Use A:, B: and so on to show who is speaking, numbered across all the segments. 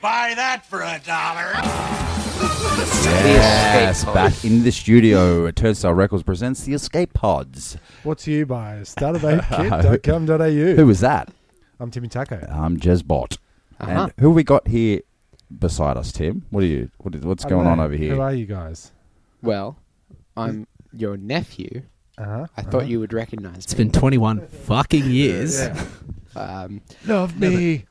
A: buy that for a dollar.
B: Yes, back in the studio. Turnstile Records presents the Escape Pods.
C: What's you by starterbayekid.com.au.
B: Who was that?
C: I'm Timmy Taco.
B: I'm Jezbot.
D: Uh-huh.
B: And who we got here beside us, Tim? What are you? What is, what's
C: I
B: going
C: don't
B: on
C: know.
B: over here?
C: Who are you guys?
D: Well, I'm
B: Mm.
D: your nephew.
C: Uh-huh.
D: I thought you would recognize
E: It's been 21 fucking years.
D: Um,
C: Love me.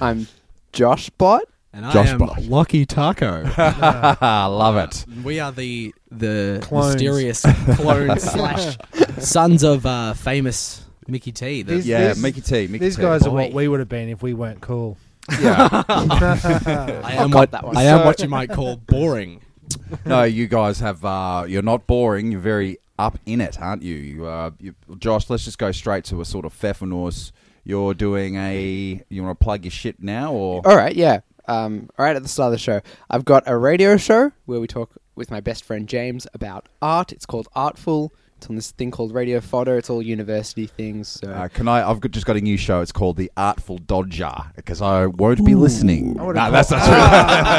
D: I'm Josh Bot.
E: And I
B: Josh
E: am
B: Bott.
E: Lucky Taco.
B: I love it.
E: we are the the
C: Clones.
E: mysterious clone slash sons of uh, famous Mickey T. The,
C: These-
B: Yeah,
C: these-
B: Mickey T. Mickey
C: These
B: T.
C: guys are what
E: boy.
C: we would have been if we weren't cool.
B: Yeah.
E: I
D: forgot
E: am what
D: that one.
E: I am
D: So-
E: what you might call boring.
B: no, you guys have. Uh, you're not boring. You're very up in it, aren't you? you, uh, you Josh, let's just go straight to a sort of Pfeffernorse. You're doing a. You want to plug your shit now, or
D: All right, yeah. Um, all right, at the start of the show, I've got a radio show where we talk with my best friend James about art. It's called Artful. It's on this thing called Radio Fodder. It's all university things. So.
B: Uh, can I? I've got, just got a new show. It's called The Artful Dodger because I won't be listening. No, that's not true.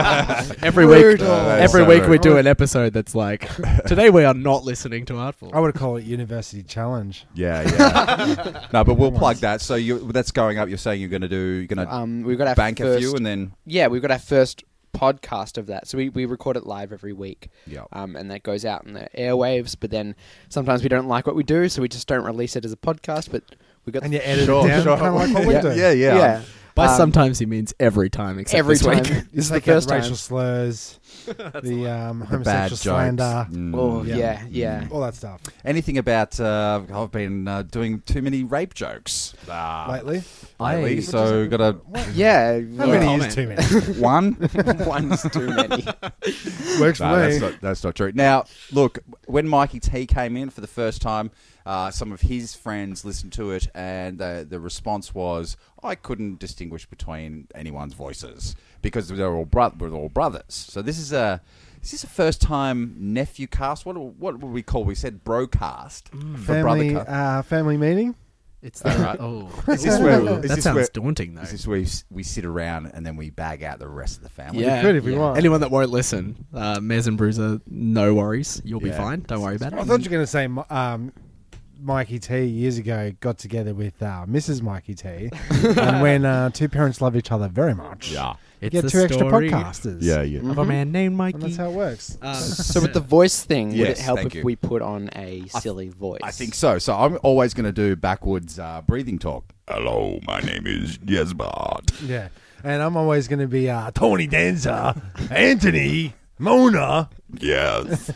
E: Every
D: week-
E: week,
D: Brutal.
E: every
B: so
E: week
B: rude.
E: we do an episode that's like, today we are not listening to Artful.
C: I would have called it University Challenge.
B: yeah, yeah. no, but we'll plug that. So you, that's going up. You're saying you're going to do. You're going to
D: um, we've got our
B: bank
D: first,
B: a few and then.
D: yeah, we've got our first podcast of that. So we, we record it live every week.
B: Yeah.
D: Um, and that goes out in the airwaves. But then sometimes we don't like what we do, so we just don't release it as a podcast. But we got
C: And you edit it down, kind of like what we do.
B: yeah, yeah,
D: yeah.
E: By
D: Um,
E: sometimes he means every time, except
D: every
E: this
D: time.
E: week.
D: This is the
C: Take out
D: first
C: the
D: time.
C: racial slurs, the um,
B: The bad
C: homosexual
B: jokes.
C: slander,
B: Mm.
D: Oh
C: Yeah.
D: yeah, yeah.
C: all that stuff.
B: Anything about? Uh, I've been uh, doing too many rape jokes uh,
C: Lately,
B: lately,
E: I-
B: so got a
D: Yeah,
C: how
D: yeah.
C: many
E: comment.
C: is too many?
B: one.
D: one's too many.
C: Works for
B: No,
C: me.
B: that's not, that's not true. Now, look, when Mikey T came in for the first time, uh, some of his friends listened to it, and the, the response was, "I couldn't distinguish between anyone's voices because they're all bro- we're all brothers." So this is a is this a first time nephew cast? What what would we call? We said broadcast for
C: Mm. family,
B: brother cast.
C: uh, family meeting.
E: It's the,
B: Alright.
E: oh,
B: Is this where-
E: that
B: is this
E: sounds
B: where-
E: daunting though.
B: Is this where we s- we sit around and then we bag out the rest of the family?
C: We could if we want.
E: Anyone that won't listen, uh, Mez and Bruiser, no worries. You'll
B: Yeah.
E: be fine. Don't worry about
C: I
E: it.
C: thought you were going to say um, Mikey T years ago got together with uh, Mrs. Mikey T, and when uh, two parents love each other very much,
B: yeah,
C: you
E: It's
C: get
E: the
C: two extra
E: story
C: podcasters.
B: yeah.
E: Of a man named Mikey.
C: and that's how it works.
E: Uh,
D: So with the voice thing, would
B: Yes,
D: it help
B: thank
D: if
B: you.
D: we put on a silly voice?
B: I think so. So I'm always going to do backwards uh, breathing talk. Hello, my name is Jesbart.
C: Yeah, and I'm always going to be uh, Tony Danza, Anthony, Mona.
B: Yes.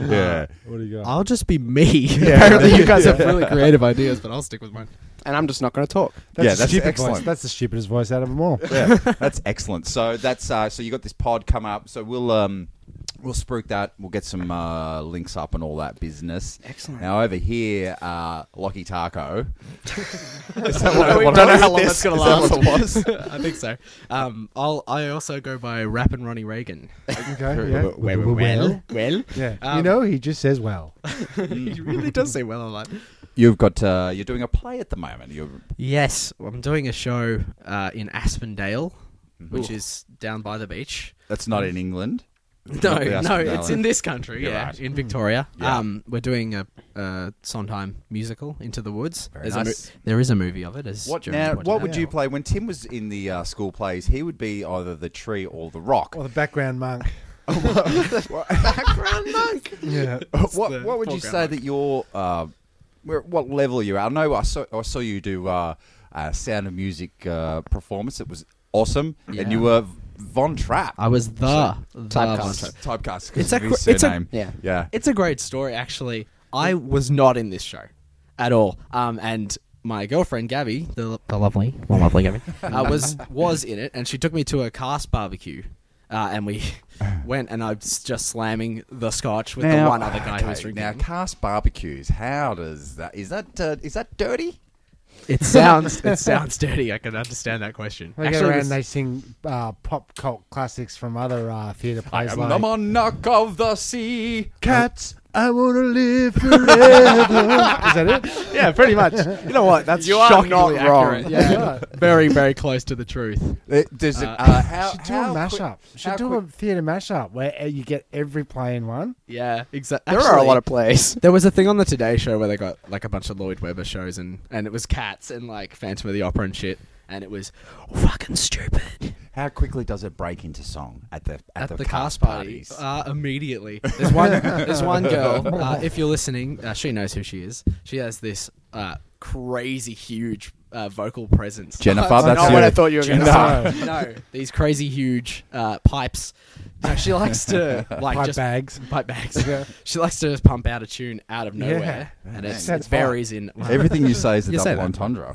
B: yeah.
C: What do you got?
E: I'll just be me. Apparently, you guys have really creative ideas, but I'll stick with mine.
D: And I'm just not going to talk.
C: That's
B: yeah,
C: a
B: that's
C: stupid
B: excellent.
C: Voice. That's the stupidest voice out of them all.
B: yeah, that's excellent. So that's uh, so you got this pod come up. So we'll um we'll spruik that. We'll get some uh, links up and all that business.
D: Excellent.
B: Now over here, uh, Lockie Taco. is that
E: we
B: what,
E: don't know how long that's gonna
B: Is that what it was?
E: I think so. Um, I'll. I also go by Rap and Ronnie Reagan.
C: Okay. Yeah.
B: Well,
C: well.
E: well,
C: Yeah. you
E: Um,
C: know, he just says well.
E: he really does say well a lot.
B: You've got uh, you're doing a play at the moment. You're
E: Yes, I'm doing a show uh, in Aspendale, which is down by the beach.
B: that's not in England.
E: No,
B: Not the
E: no,
B: Aspendale.
E: it's in this country,
B: You're
E: yeah,
B: right.
E: in Victoria.
B: Yeah.
E: Um, we're doing a, a Sondheim musical, Into the Woods.
B: Very
E: There's
B: nice.
E: a mo- there is a movie of it. As
B: What
E: Jeremy
B: now?
E: pointed
B: What
E: out.
B: would you play when Tim was in the uh, school plays? He would be either the tree or the rock.
C: Or the background monk.
B: Background monk.
C: Yeah.
B: what
E: the
B: What would you say
E: foreground monk.
B: that your uh, where, what level you're at? I know I saw I saw you do uh, a Sound of Music uh, performance. It was awesome, and
E: Yeah.
B: you were Von Trapp.
E: I was the, the
D: typecast.
E: Von Trapp.
B: typecast.
E: It's
B: It's
E: a
B: of his
E: cr- it's a-
B: surname.
D: Yeah.
B: yeah.
E: It's a great story, actually. I was not in this show at all, um, and my girlfriend Gabby, the, the lovely, well, lovely Gabby, uh, was was in it, and she took me to a cast barbecue, uh, and we went, and I was just slamming the scotch with the one other guy who was
B: okay,
E: drinking.
B: now cast barbecues. How does that? Is that uh, is that dirty?
E: it sounds it sounds dirty. I can understand that question.
C: They go
E: Actually,
C: around
E: this-
C: and they sing uh, pop cult classics from other uh, theatre plays
B: I'm
C: like
B: the monarch of the sea.
C: Cats I want to live forever. Is that it?
D: Yeah, pretty much.
C: You know what? That's
E: You are not
D: shockingly wrong.
E: wrong. Yeah, very, very close to the truth.
B: Uh, Does it?
E: Uh,
B: Uh, how,
C: should do
B: how
C: a mashup.
B: Quick,
C: should
B: how
C: do
B: quick,
C: a theater mashup where uh, you get every playing one.
E: Yeah, exactly.
D: There are a lot of plays.
E: There was a thing on the Today Show where they got like a bunch of Lloyd Webber shows and and it was cats and like Phantom of the Opera and shit, and it was fucking stupid.
B: how quickly does it break into song at the at,
E: At
B: the,
E: the,
B: cast,
E: party,
B: parties?
E: uh, immediately. There's one. there's one girl. Uh, if you're listening, uh, she knows who she is. She has this uh, crazy huge uh, vocal presence.
B: Jennifer,
E: It's
B: that's
E: not
B: your-
E: what I thought you were going to
C: Jennifer.
E: say. No, these crazy huge uh, pipes. No, she likes to like
C: Pipe
E: just
C: bags.
E: pipe bags. She likes to just pump out a tune out of nowhere, and it's, it
C: That's
E: varies in.
B: Everything you say is a
E: You say
B: double
E: that.
B: entendre.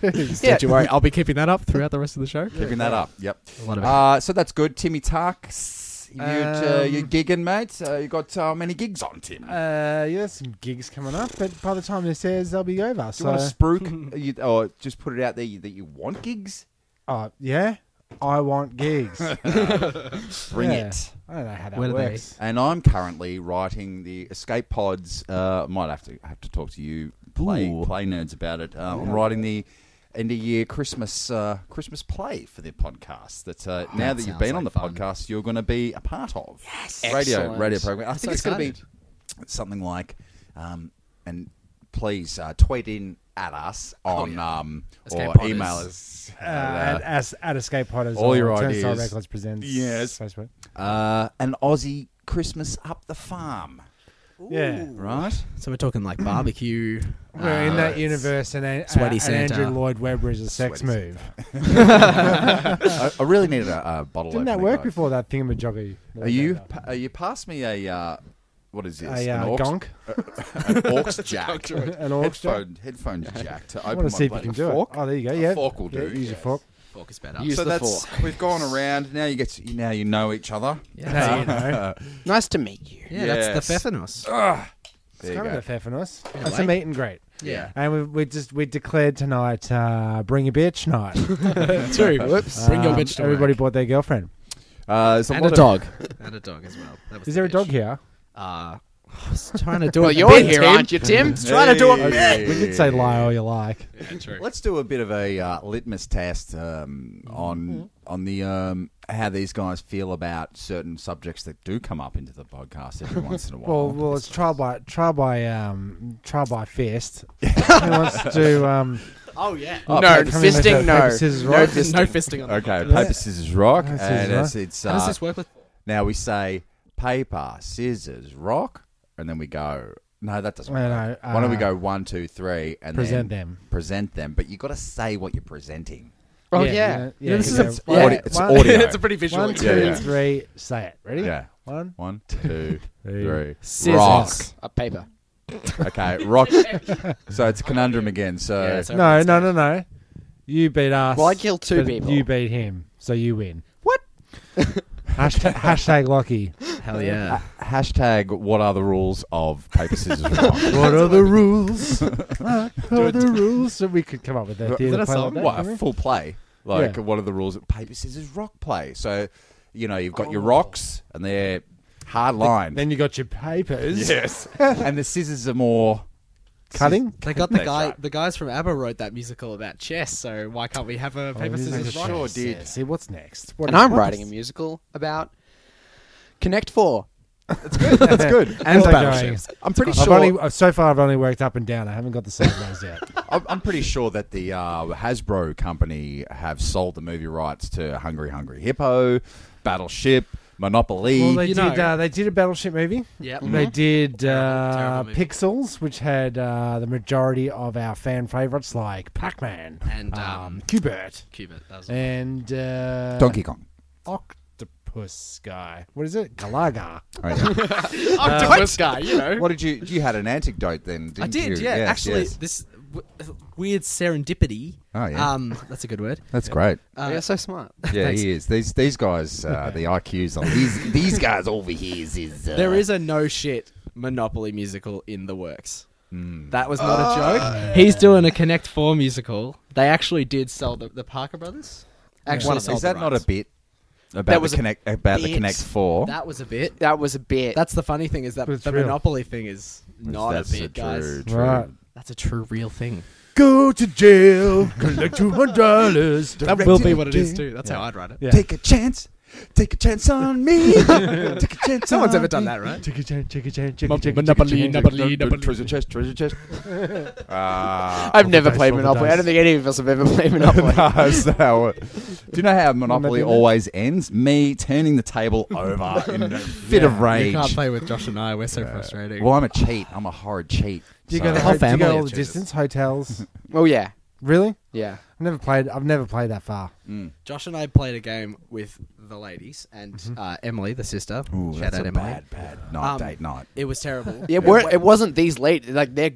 E: Don't you worry, I'll be keeping that up throughout the rest of the show.
B: Keeping that up. Yep.
E: A lot of it.
B: Uh, so that's good. Timmy Tark, s- you uh,
C: Um,
B: you gigging, mate? Uh, you got how many gigs on, Tim?
C: Uh, yeah, there's some gigs coming up, but by the time this airs, they'll be over.
B: Do
C: So,
B: you want to spruik? you, or just put it out there that you want gigs?
C: oh yeah, I want gigs.
B: Bring
C: Yeah.
B: it.
C: I don't know how that
E: Where do they-
C: works.
B: And I'm currently writing the Escape Pods. Uh, might have to have to talk to you play
E: Ooh.
B: play nerds about it. Um, I'm writing the end of year Christmas uh, Christmas play for the podcast. That uh, now that you've
E: sounds
B: been on the
E: like fun.
B: podcast, you're going to be a part of. Yes, radio
E: Excellent.
B: radio program. I
E: I'm
B: think
E: so
B: it's going to be
E: excited.
B: something like. Um, and please uh, tweet in at us on um,
E: Oh, Escape
B: or
E: Podders.
B: email us.
C: Uh, at, as, at Escape Potters,
B: all
C: or
B: your
C: Turnstile
B: ideas.
C: Records presents.
B: Yes.
C: Facebook.
B: Uh, an Aussie Christmas up the farm,
C: Yeah,
B: right?
E: So we're talking like barbecue.
C: we're in that universe, and, uh,
E: Sweaty
C: and Andrew
E: Santa.
C: Lloyd Webber is a sex
B: Sweaty
C: move.
B: I, I really needed a, a bottle.
C: Didn't that
B: opener,
C: work
B: guys.
C: before that thingamajoggy?
B: Are you pa- are you pass me a uh, what is this?
C: a uh,
B: aux-
C: gonk?
B: an aux jack,
C: An aux jack?
B: headphone headphone jack to
C: I
B: open
C: want to see if
B: my
C: you can
B: bloody
C: do
B: fork.
C: it. Oh, there you go.
B: A
C: Yeah,
B: fork will
C: Yeah,
B: do,
C: Use your
B: yes.
C: fork.
E: Fork is better.
D: Use
B: so
D: the
B: that's
D: fork.
B: we've gone around. Now you get to, now you know each other.
C: Now you know.
D: Nice to meet you.
E: yeah,
B: Yes.
E: that's the Pfeffernuss.
B: There
C: It's
B: you
C: kind
B: go.
C: of a fair for us.
E: In a
C: That's a
E: way.
C: meet and greet.
E: Yeah.
C: And we we just we declared tonight, uh, bring a bitch night.
E: Two. Whoops. Bring your
C: Um,
E: bitch to
C: Everybody
E: work.
C: bought their girlfriend.
B: Uh, there's
E: and a
B: lot of-
E: dog. and a dog as well. That was
C: Is
E: the
C: there a
E: bitch.
C: dog here?
E: Uh, I was trying to do
D: Well,
E: it.
D: you're
E: Big
D: here,
E: Tim.
D: aren't you, Tim?
E: Trying to do it.
B: Hey.
C: We did say lie all you like.
E: Yeah, true.
B: Let's do a bit of a uh, litmus test um, on
C: Mm-hmm.
B: on the um, how these guys feel about certain subjects that do come up into the podcast every once in a while.
C: Well, well, it's trial by trial by um, trial by fist. Who wants to? Um,
E: Oh yeah.
B: Oh,
D: no,
B: paper,
C: scissors,
D: fisting, no.
C: paper, scissors,
D: no
C: rock.
D: fisting.
E: no fisting on that.
B: Okay, paper, scissors, rock,
C: Paper, scissors,
B: and it's,
C: rock.
B: it's
E: How does
B: uh,
E: this work with?
B: Now we say paper, scissors, rock, and then we go. No, that doesn't.
C: No,
B: work.
C: no,
B: Why don't we
C: uh,
B: go one, two, three, and
C: present
B: then
C: them.
B: Present them, but you got to say what you're presenting.
D: Oh,
C: Yeah,
D: yeah.
C: yeah, yeah,
E: this is
C: yeah.
E: a- it's
C: One-
B: audi- it's
C: one-
B: audio.
E: it's a pretty visual.
C: One, two,
B: Yeah, yeah.
C: three, Say it. Ready?
B: Yeah.
C: One.
B: One, two,
C: Three.
B: three.
E: Scissors.
D: A paper.
B: Rock. Okay, rock. so it's a conundrum again. So
E: Yeah, so-
C: No, no, no, no. You beat us.
D: Well, I killed two
C: but
D: people.
C: You beat him, so you win. What? hashtag, hashtag Lockie.
E: Hell yeah.
B: hashtag what are the rules of paper, scissors, rock?
C: What are the rules? what are the rules? So we could come up with that.
B: Is that
C: theatre
B: a
C: play like
B: song?
C: that,
B: What,
C: couldn't
B: a
C: we?
B: full play? Like
C: Yeah.
B: what are the rules of paper, scissors, rock play? So you know you've got your rocks and they're hard lined.
C: Oh. Then you got your papers.
B: Yes. and the scissors are more
C: Cutting?
E: They got the
B: That's
E: guy.
B: right.
E: The guys from ABBA wrote that musical about chess. So why can't we have a paper
C: Oh,
E: scissors rock?
B: sure did.
C: Yeah, See what's next. What
D: And
C: is-
D: I'm
C: what
D: writing a
C: is-
D: musical about Connect Four.
B: That's good.
E: And
C: How's that
E: battleships.
C: going?
B: I'm pretty
C: I've
B: sure.
C: only, uh, so far, I've only worked up and down. I haven't got the second those yet.
B: I'm I'm pretty sure that the uh, Hasbro company have sold the movie rights to Hungry Hungry Hippo, Battleship, Monopoly.
C: Well, they
E: You
C: did.
E: know.
C: Uh, they did a battleship movie.
E: Yep.
C: They did
E: Terrible,
C: uh,
E: terrible movie.
C: Pixels, which had uh, the majority of our fan favorites like Pac-Man
E: And, um,
C: Qbert
E: Cubit. That was
C: and uh,
B: Donkey Kong.
C: Octopus guy. What is it? Galaga.
B: Oh, yeah.
E: octopus guy. You know.
B: what did you? You had an anecdote then, didn't
E: I did,
B: you?
E: yeah.
B: Yes,
E: Actually,
B: yes.
E: this w- weird serendipity.
B: Oh, yeah.
E: Um, that's a good word.
B: that's great.
E: Uh,
D: You're so smart.
B: Yeah,
E: thanks.
B: he is. These these guys, uh, the IQs on these these guys over here is. is uh,
E: There is a no shit Monopoly musical in the works. That was not a joke. He's doing a Connect Four musical. They actually did sell the, the Parker Brothers. Actually,
B: one,
E: sold
B: is
E: the
B: that not a
E: rights.
B: bit? about the connect about the
E: bit.
B: Connect Four.
E: That was a bit.
D: That was a bit.
E: That's the funny thing is that
C: But it's
E: the
C: real.
E: Monopoly thing is not a
B: That's
E: bit, guys.
B: true, true.
C: Right.
E: That's a true real thing.
C: Go to jail, collect two hundred dollars.
E: That will be what it is too. That's how I'd write it.
C: Yeah.
B: Take a chance. Take a chance on me. Take a chance.
E: No one's
B: on
E: ever done
B: me.
E: that, right?
C: Chicka chan, chicka chan,
E: Mon-
C: chicka chan,
E: Monopoly,
C: chicka chan,
E: Monopoly,
C: chicka chan.
E: Monopoly.
B: Treasure chest. Treasure chest. Ah.
D: I've never
C: dice,
D: played
C: roll the
D: Monopoly.
C: dice.
D: I don't think any of us have ever played
E: Oh,
D: Monopoly.
B: No, so, do you know how Monopoly
C: Remember that?
B: always ends? Me turning the table over in a fit of
E: You
B: rage.
E: can't play with Josh and I. We're so frustrating.
B: Well, I'm a cheat. I'm a horrid cheat.
C: Do you
B: So-
C: go the
E: whole
C: whole family? Do you go
E: family
C: all
E: of
C: the
E: Jesus.
C: distance? Hotels?
D: oh yeah,
C: really?
D: yeah.
C: I've never played. I've never played that far.
B: Mm.
E: Josh and I played a game with the ladies and uh, Emily, the sister.
B: Mm-hmm. Ooh,
E: Shout
B: that's
E: out
B: a
E: Emily.
B: bad, bad night
E: Um,
B: date night.
E: It was terrible.
D: Yeah, we're, it wasn't these late. Like they're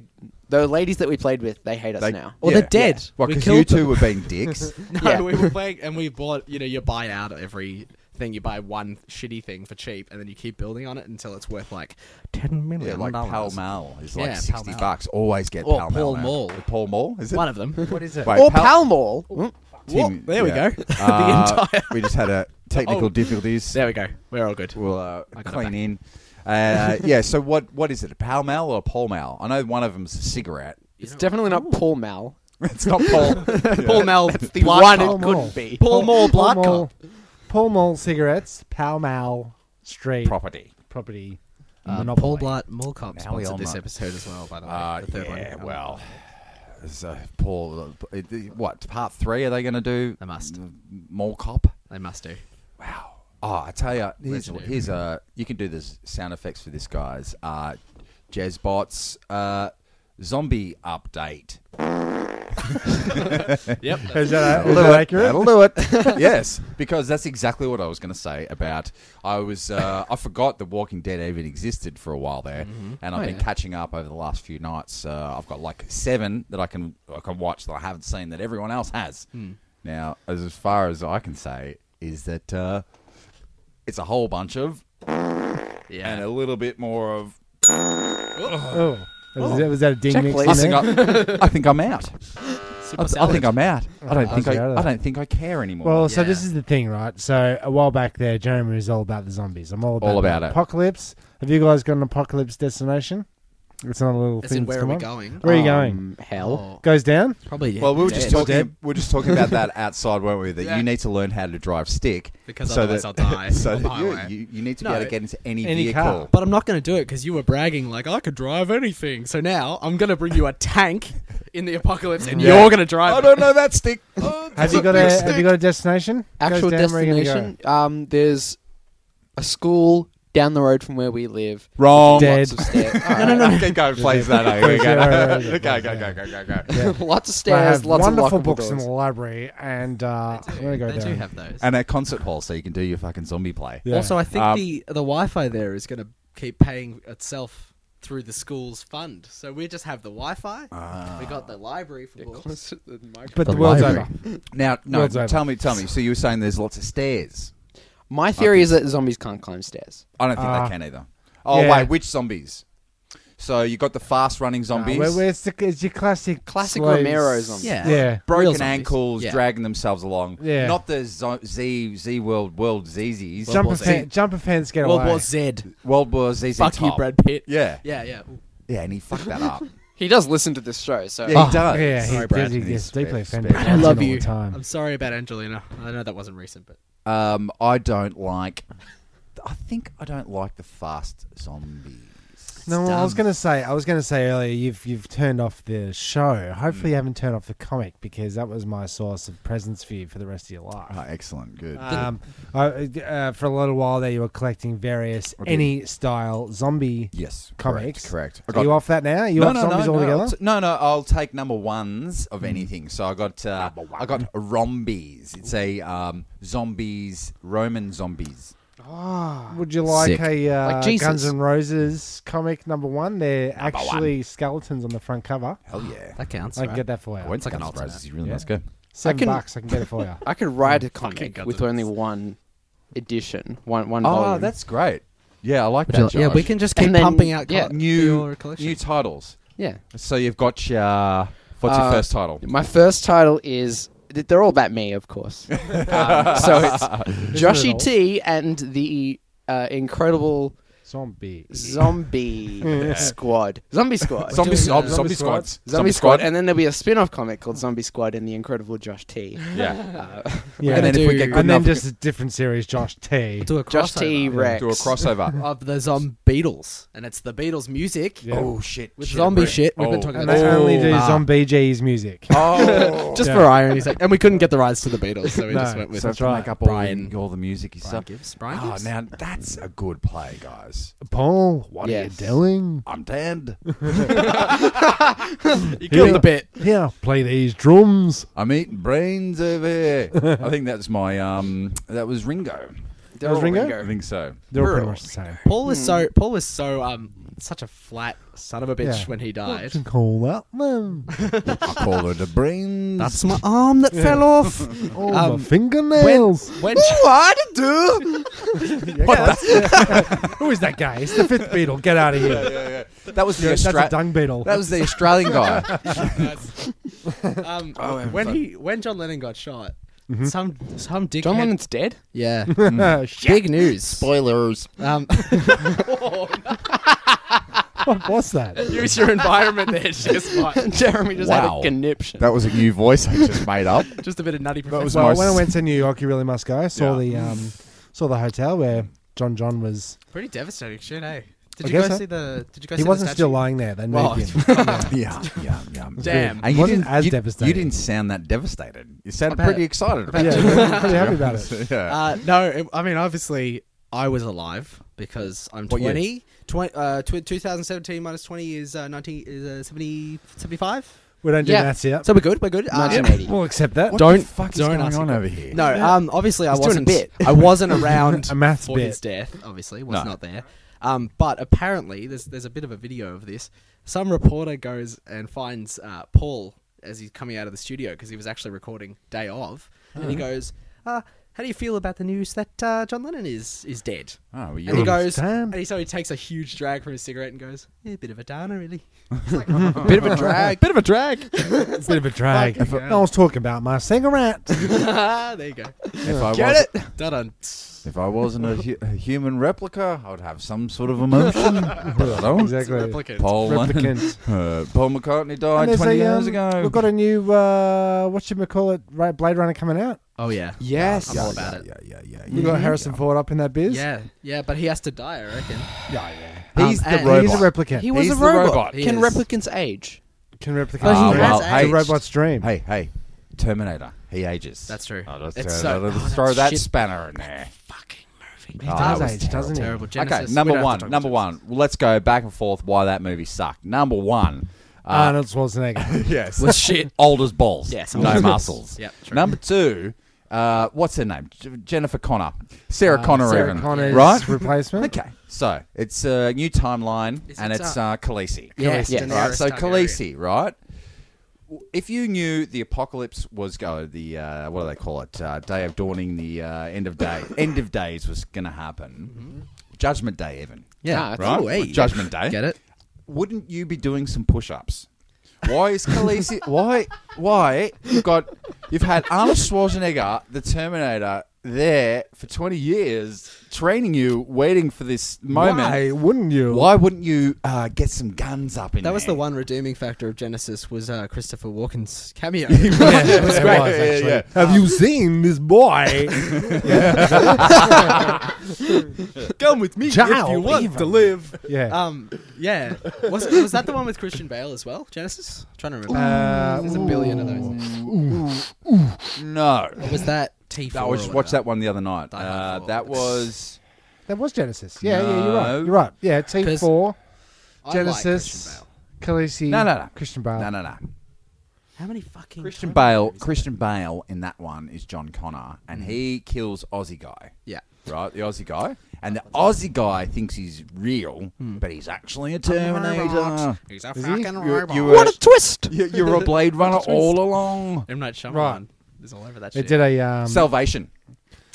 D: the ladies that we played with. They hate us
B: They-
D: now.
E: Well,
B: Yeah.
E: they're dead.
B: Well,
E: We
B: because
E: killed
B: you two
E: them.
B: were being dicks.
E: No,
D: Yeah.
E: we were playing, and we bought. You know, you buy out every thing. You buy one shitty thing for cheap, and then you keep building on it until it's worth like ten million.
B: yeah, like Pall
E: dollars.
B: Mall is
E: Yeah,
B: like
E: Pall
B: sixty
E: Mall.
B: bucks. Always get
E: Or
B: Pall Mall.
E: Pall
B: now.
E: Mall.
B: Pall Mall is it?
E: One of them.
C: What is it?
B: Wait,
D: Or Pall Mall.
E: Whoa,
B: Tim-
E: there we
B: yeah.
E: go. The
B: Uh,
E: entire- Oh.
B: We just had a technical difficulties.
E: There we go. We're all good.
B: We'll uh,
E: got it
B: clean
E: back.
B: in. Uh, yeah. So what? What is it? A Pall Mall or a Pall Mall? I know one of them's a cigarette.
D: It's definitely not Paul Mall.
B: It's not Paul.
E: Paul Mall.
D: The
E: blood
D: one it
E: cop.
C: Paul Mall.
D: couldn't be.
E: Paul Mall blood cop.
C: Paul Mall cigarettes, Pall Mall Street
B: property.
C: property.
E: Uh,
C: Monopoly.
E: Paul Blart Mall Cop
B: Now we
E: sponsored
B: all
E: this
B: know.
E: episode as well, by the way.
B: Uh,
E: the third
B: yeah,
E: one. Um,
B: well, it's, uh, Paul, uh, it- what part three are they going to do?
E: They must.
B: Mall cop.
E: They must do.
B: Wow. Oh, I tell you, here's,
E: Legendary.
B: here's a you can do the s- sound effects for this, guys. Uh, Jazzbots uh, zombie update.
E: Yep.
C: Is that,
B: That'll
C: is
B: do
C: that
B: it.
C: accurate?
B: That'll do it. yes, because that's exactly what I was going to say about. I was uh, I forgot The Walking Dead even existed for a while there, and I've
E: Oh,
B: been
E: yeah.
B: catching up over the last few nights. Uh, I've got like seven that I can I can watch that I haven't seen that everyone else has.
E: Hmm.
B: Now, as, as far as I can say, is that uh, it's a whole bunch of
E: yeah.
B: and a little bit more of.
C: Oh, was, that, was that a ding
D: Check,
C: mix?
D: please.
B: I
C: in
B: think,
C: there?
B: I, I think I'm out.
E: Super
B: I, I
E: salad.
B: think I'm out. I don't
C: I'll
B: think
C: get out
B: I,
C: of
B: I
C: that.
B: don't think I care anymore.
C: Well, so this
E: Yeah.
C: is the thing, right? So a while back there, Jeremy was all about the zombies. I'm all about,
B: All about
C: the
B: it.
C: apocalypse. Have you guys got an apocalypse destination? It's not a little
E: As
C: thing.
E: in,
C: that's
E: where are
C: come
E: we
C: up.
E: going?
C: Where are you going?
D: Um, hell.
E: Oh,
C: Goes down.
E: probably.
B: Well, we were just
D: Dead.
B: talking.
C: Dead.
B: We were just talking about that outside, weren't we? That
E: Yeah.
B: you need to learn how to drive stick
E: Because otherwise
B: that,
E: I'll die
B: So
E: on the
B: that you,
E: highway.
B: you, you need to
E: No.
B: be able to get into any,
C: Any
B: vehicle.
C: car.
E: But I'm not going to do it because you were bragging like I could drive anything. So now I'm going to bring you a tank in the apocalypse, and
B: Yeah.
E: you're going to drive.
B: I
E: it.
B: don't know that stick.
C: Have you got a Have you got a destination? Goes
D: Actual
C: down, where are you gonna go?
D: destination. Um, there's a school down the road from where we live.
B: Wrong.
C: Dead.
D: Lots of stairs.
B: No, no, no. Okay, go plays that. Okay, go,
C: Yeah, yeah,
B: go,
C: yeah.
B: go, go, go, go, go.
D: lots of
C: I
D: stairs.
C: have
D: Lots of
C: wonderful
D: lockable
C: books in
D: doors.
C: the library, and uh, I'm gonna go
E: they
C: down.
E: do have those.
B: And a concert hall, so you can do your fucking zombie play.
C: Yeah.
E: Also, I think
B: Um,
E: the the Wi-Fi there is going to keep paying itself through the school's fund. So we just have the Wi-Fi.
B: Ah.
E: we got the library for books.
C: but
B: The
C: the, world's
B: library.
C: over.
B: Now, no,
C: World's over.
B: tell me, tell me. So you were saying there's lots of stairs.
D: My theory is that zombies can't climb stairs.
B: I don't think
C: Ah.
B: they can either. Oh
C: Yeah.
B: wait, which zombies? So you got the fast running zombies.
C: Where, where's the, it's your classic
D: Classic
C: slow-
D: Romero zombie.
E: Yeah.
C: Yeah.
E: Real
B: broken
E: zombies.
B: ankles
E: Yeah.
B: dragging themselves along.
C: Yeah.
B: Not the zo- Z Z World World ZZs.
C: Jumper,
E: War Z.
C: fan, jumper fans get
E: World
C: away.
E: War Z.
B: World War ZZ
E: Fuck you,
B: Top.
E: Brad Pitt.
B: Yeah.
E: Yeah, yeah. Ooh.
B: Yeah, and he fucked that up.
D: He does listen to this show, so
B: Yeah,
C: Oh,
B: he does.
C: Yeah, he, does-
E: Sorry, Brad.
C: he
B: He's
C: gets deeply
B: spit-
C: offended.
B: spit.
C: by
B: I
C: it
E: love
C: all the
E: you.
C: time.
E: I'm sorry about Angelina. I know that wasn't recent, but
B: Um, I don't like. I think I don't like the fast zombies.
C: No, well, I was
E: dumb.
C: going to say, I was going to say earlier, you've you've turned off the show. Hopefully, you
B: Hmm.
C: haven't turned off the comic because that was my source of presents for you for the rest of your
B: Oh,
C: life.
B: excellent. Good.
C: Um, I, uh, for a little while there, you were collecting various
B: I did.
C: any style zombie
B: yes.
C: comics.
B: Correct. correct. I
C: Are you
B: got-
C: off that now? Are you
B: no,
C: off
B: no,
C: zombies
B: no, no,
C: altogether?
B: it's- no, no. I'll take number ones of anything. So I got, uh, I got rombies. It's a um, zombies, Roman zombies.
C: Would you like
B: Sick.
C: a uh,
D: Like Jesus.
C: Guns N' Roses comic number one? They're actually skeletons on the front cover.
B: Hell yeah!
E: that counts.
C: I can get that for
B: I
C: you.
B: went to
E: like an
B: Guns N'
E: alternate.
B: Roses. You really
C: Yeah.
B: must go.
C: Seven
D: I can-
C: bucks, I can get it for you.
D: I could write
B: Mm,
D: a
E: Fucking
D: comic
E: God,
D: with
E: that's-
D: only one edition, one one
B: Oh,
D: volume.
B: that's great. Yeah, I like that.
E: Yeah,
B: Josh.
E: we can just
D: And
E: keep
D: then-
E: pumping out
D: yeah.
E: col-
B: new
E: your collection.
B: new titles.
D: yeah.
B: So you've got your what's your
D: Uh,
B: first title?
D: My first title is th- they're all about me, of course. um, so it's Joshy T and the uh, incredible
C: Zombie.
D: Zombie Squad. Zombie Squad.
B: Zombie,
C: doing,
B: zob-
C: uh,
B: zombie,
C: Zombie
B: squads.
D: Zombie Squad, and then there'll be a spin-off comic called Zombie Squad and the Incredible Josh T.
B: yeah.
C: Yeah.
B: And then if we get
E: do-
B: good
C: and then
B: enough,
C: just a different series, Josh T.
E: Do a
D: Josh T.
E: crossover
D: Rex.
B: do a crossover.
E: of the Zom Beatles, and it's the Beatles music
C: Yeah.
B: Oh shit!
E: with
B: shit,
E: zombie
B: Brett.
E: shit. We've been
B: Oh.
E: talking
C: And
E: about
C: they
E: this.
C: only do
E: Ah.
C: Zombie G's music.
B: Oh,
E: just
C: Yeah.
E: for irony's sake, and we couldn't get the rights to the Beatles, so we
C: No,
E: just went with
B: so
C: that's
B: to
C: right.
B: make up all,
E: Brian-
B: the, all the music and
E: Brian
B: stuff.
E: Gibbs. Brian
B: Ah,
E: Gibbs.
B: now that's a good play, guys.
C: Paul, what
D: Yes.
C: are you doing?
B: I'm tanned.
E: you killed the bit.
C: Here, play these drums.
B: I'm eating brains over here. I think that's my um. That was Ringo.
D: They're
C: was
D: all
C: Ringo?
B: I think so.
C: They're all pretty
D: Rural.
C: much the same.
E: Paul is so Paul is so um such a flat son of a bitch
C: Yeah.
E: when he died.
C: Can call that them.
B: I call her the brains.
E: That's my arm that fell off.
C: Oh,
E: Um,
C: my fingernails.
E: When
D: What do?
C: Who is that guy? It's the fifth beetle. Get out of here.
B: That was the
C: That's a
B: Austra-
C: dung beetle.
B: That was the Australian guy.
E: um, when he when John Lennon got shot, some some dickhead.
D: John Lennon's dead.
E: yeah,
C: Uh, shit.
E: big news.
B: Spoilers.
E: Um,
C: What was that?
E: use your environment there, just
D: Jeremy just
B: Wow.
D: had a conniption.
B: That was a new voice I just made up.
E: just a bit of nutty.
B: That was
E: Professor.
C: Well,
B: my
C: when I
B: s-
C: went to New York, you really must go. I saw the um, saw the hotel where John John was.
E: pretty devastating shit. Hey, did
C: I
E: you
C: guess
E: guys
C: I-
E: see the? Did you guys?
C: He
E: see
C: wasn't
E: the
C: still
E: statue?
C: lying there. They moved
E: Well,
C: him.
B: Yeah, yeah, yeah.
E: Damn.
B: And you
C: Wasn't
B: didn't,
C: as
B: you,
C: devastated.
B: You didn't sound that devastated. You sounded
E: About
B: pretty
E: it.
B: excited about
C: yeah,
B: it.
C: I'm pretty happy about it.
B: So, yeah.
E: Uh, no, it, I mean obviously I was alive because I'm
B: What year?
E: 20. Twen- uh, tw- 2017 minus 20 is uh, 19 is uh, 70 75.
C: We don't do
D: Yeah.
C: maths here.
E: So we're good. We're good. Uh,
D: 1980.
C: We'll accept that.
B: what
E: don't-
B: the fuck is
E: don't
B: going
E: ask
B: on
E: me.
B: over here?
E: No, um, obviously I
D: He's doing
E: wasn't.
D: a bit.
E: I wasn't around
C: A maths
E: for
C: bit.
E: his death. Obviously, was
B: No.
E: not there. Um, but apparently, there's there's a bit of a video of this. Some reporter goes and finds uh, Paul as he's coming out of the studio because he was actually recording day of, and he goes, uh, "How do you feel about the news that uh, John Lennon is is dead?"
B: Oh, well, you
E: And he
B: were-
E: goes,
C: understand.
E: and he, so he takes a huge drag from his cigarette and goes, "Yeah, a bit of a downer, really."
D: a bit of a drag. bit of a drag.
C: Bit of a drag. I was talking about my cigarette.
E: Ah, there you go.
B: if I was,
D: Get it?
E: Done. on.
B: If I wasn't a, hu- a human replica, I would have some sort of emotion. but I don't.
C: exactly.
E: Replicant.
B: Paul Lennon-
C: Replicant.
B: uh, Paul McCartney
C: And
B: died
C: there's
B: 20
C: a,
B: years
C: um,
B: ago.
C: We've got a new uh, what should we call it? Ra- Blade Runner coming out.
E: Oh yeah.
D: Yes.
E: I'm all about it.
B: yeah, yeah, yeah,
C: We got Harrison Ford up in that biz.
E: Yeah, yeah, but he has to die, I reckon.
B: He's
E: Um,
B: the
E: and-
B: robot.
C: He's a replicant.
D: He was
B: He's
D: a
B: the
D: robot.
B: robot.
E: He
D: Can
E: is.
D: replicants age?
C: Can replicate.
B: Ah,
C: the
B: well,
C: robot.
B: hey.
C: the robot's dream.
B: hey, hey, Terminator. He ages.
E: That's true.
B: I'll just
E: It's
B: throw,
E: so-
B: I'll just
E: oh,
B: throw
E: that's
B: that
E: shit.
B: spanner in there.
E: Fucking movie.
B: Oh,
C: does
B: that was
C: age,
B: terrible.
C: doesn't he?
E: Terrible.
B: Okay,
E: Genesis. We
B: number
E: don't have
B: one.
E: to talk
B: Number
E: about
B: one. Let's go back and forth why that movie sucked. Number one. uh,
C: Arnold Schwarzenegger.
B: yes.
E: Genesis. Was shit.
B: Old as balls.
E: Yes, old
B: No
E: as balls.
B: muscles.
E: Yep, true.
B: Number two. Uh, what's her name? J- Jennifer Connor. Sarah Connor
C: Sarah
B: even.
C: Connor's
B: right?
C: replacement.
B: Okay. So it's a new timeline
E: Is
B: and
E: it,
B: it's
E: uh,
B: uh, Khaleesi.
E: Yes,
D: Yes.
E: Daenerys
B: Right, so
E: Targaryen.
B: Khaleesi, right? If you knew the apocalypse was going, the uh, what do they call it? Uh, day of dawning, the uh, end of day, end of days was going to happen. Judgment Day, even
E: Yeah,
D: Ah, it's
B: right?
E: Oh, hey.
B: Or Judgment Day.
E: Get it?
B: Wouldn't you be doing some push-ups? Why is Khaleesi? why? Why you've got you've had Arnold Schwarzenegger, the Terminator, there for twenty years, training you, waiting for this moment.
C: Why wouldn't you?
B: Why wouldn't you uh, get some guns up in
E: That was
B: there?
E: the one redeeming factor of Genesis was uh, Christopher Walken's cameo.
C: Yeah, it was
B: Yeah,
C: great.
B: yeah,
C: actually.
B: yeah.
C: Have you seen this boy?
E: Come with me
C: Child, even.
E: live.
C: yeah.
E: Um, yeah. Was, was that the one with Christian Bale as well? Genesis? I'm trying to remember.
C: Uh,
E: There's a billion of those.
B: No.
E: Or was that T4?
B: I was just watched that one the other night.
E: Die Hard
B: Uh,
E: four.
B: that was
C: that was Genesis. Yeah, yeah, you're right.
B: No.
C: You're right. Yeah, T four,
E: I like
C: Genesis,
E: Christian Bale.
C: Khaleesi.
B: No, no, no.
C: Christian Bale.
B: no, no, no.
E: How many fucking
B: Christian
E: Tom
B: Bale.
E: movies?
B: Christian Bale in that one is John Connor, and
E: Mm.
B: he kills Aussie guy.
E: Yeah.
B: Right, the Aussie guy, and the Aussie guy thinks he's real, but he's actually a Terminator.
E: He's a
C: he?
E: fucking
B: You-
E: robot.
B: you
D: What
B: were,
D: a twist!
B: you, you were a Blade Runner all along.
E: M. Night Shyamalan.
C: Right.
E: Is all over that
C: They
E: shit.
C: did a um,
B: Salvation.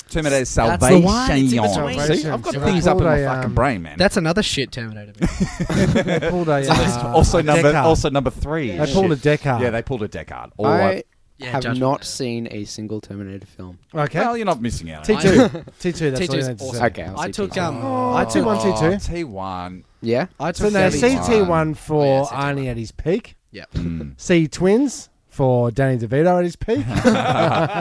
B: Terminator Salvation.
E: the one, it's in between.
B: See, I've got
C: Salvation.
B: things up in my
C: They, um,
B: fucking brain, man.
E: That's another shit Terminator movie.
C: they pulled a, uh,
B: also
C: a
B: number
C: Deckard.
B: also number three.
C: They pulled a
B: Shit.
C: Deckard.
B: Yeah, they pulled a Deckard. All
D: I
E: Yeah,
D: have
E: judgment.
D: not seen a single Terminator film.
C: Okay.
B: Well, you're not missing out.
C: T two. T two. That's all
E: T2's
C: you need to
E: awesome.
C: say.
D: Okay, I'll
E: I
D: see
E: took
D: T2.
E: um,
C: Oh.
E: I took
C: T1, T2.
B: T one.
D: Yeah,
E: I
C: So
E: took
C: now
E: Gabby.
B: Gabby's
C: CT one for
E: Oh, yeah,
C: Arnie at his peak.
E: Yep.
B: Hmm.
C: C twins for Danny DeVito at his peak.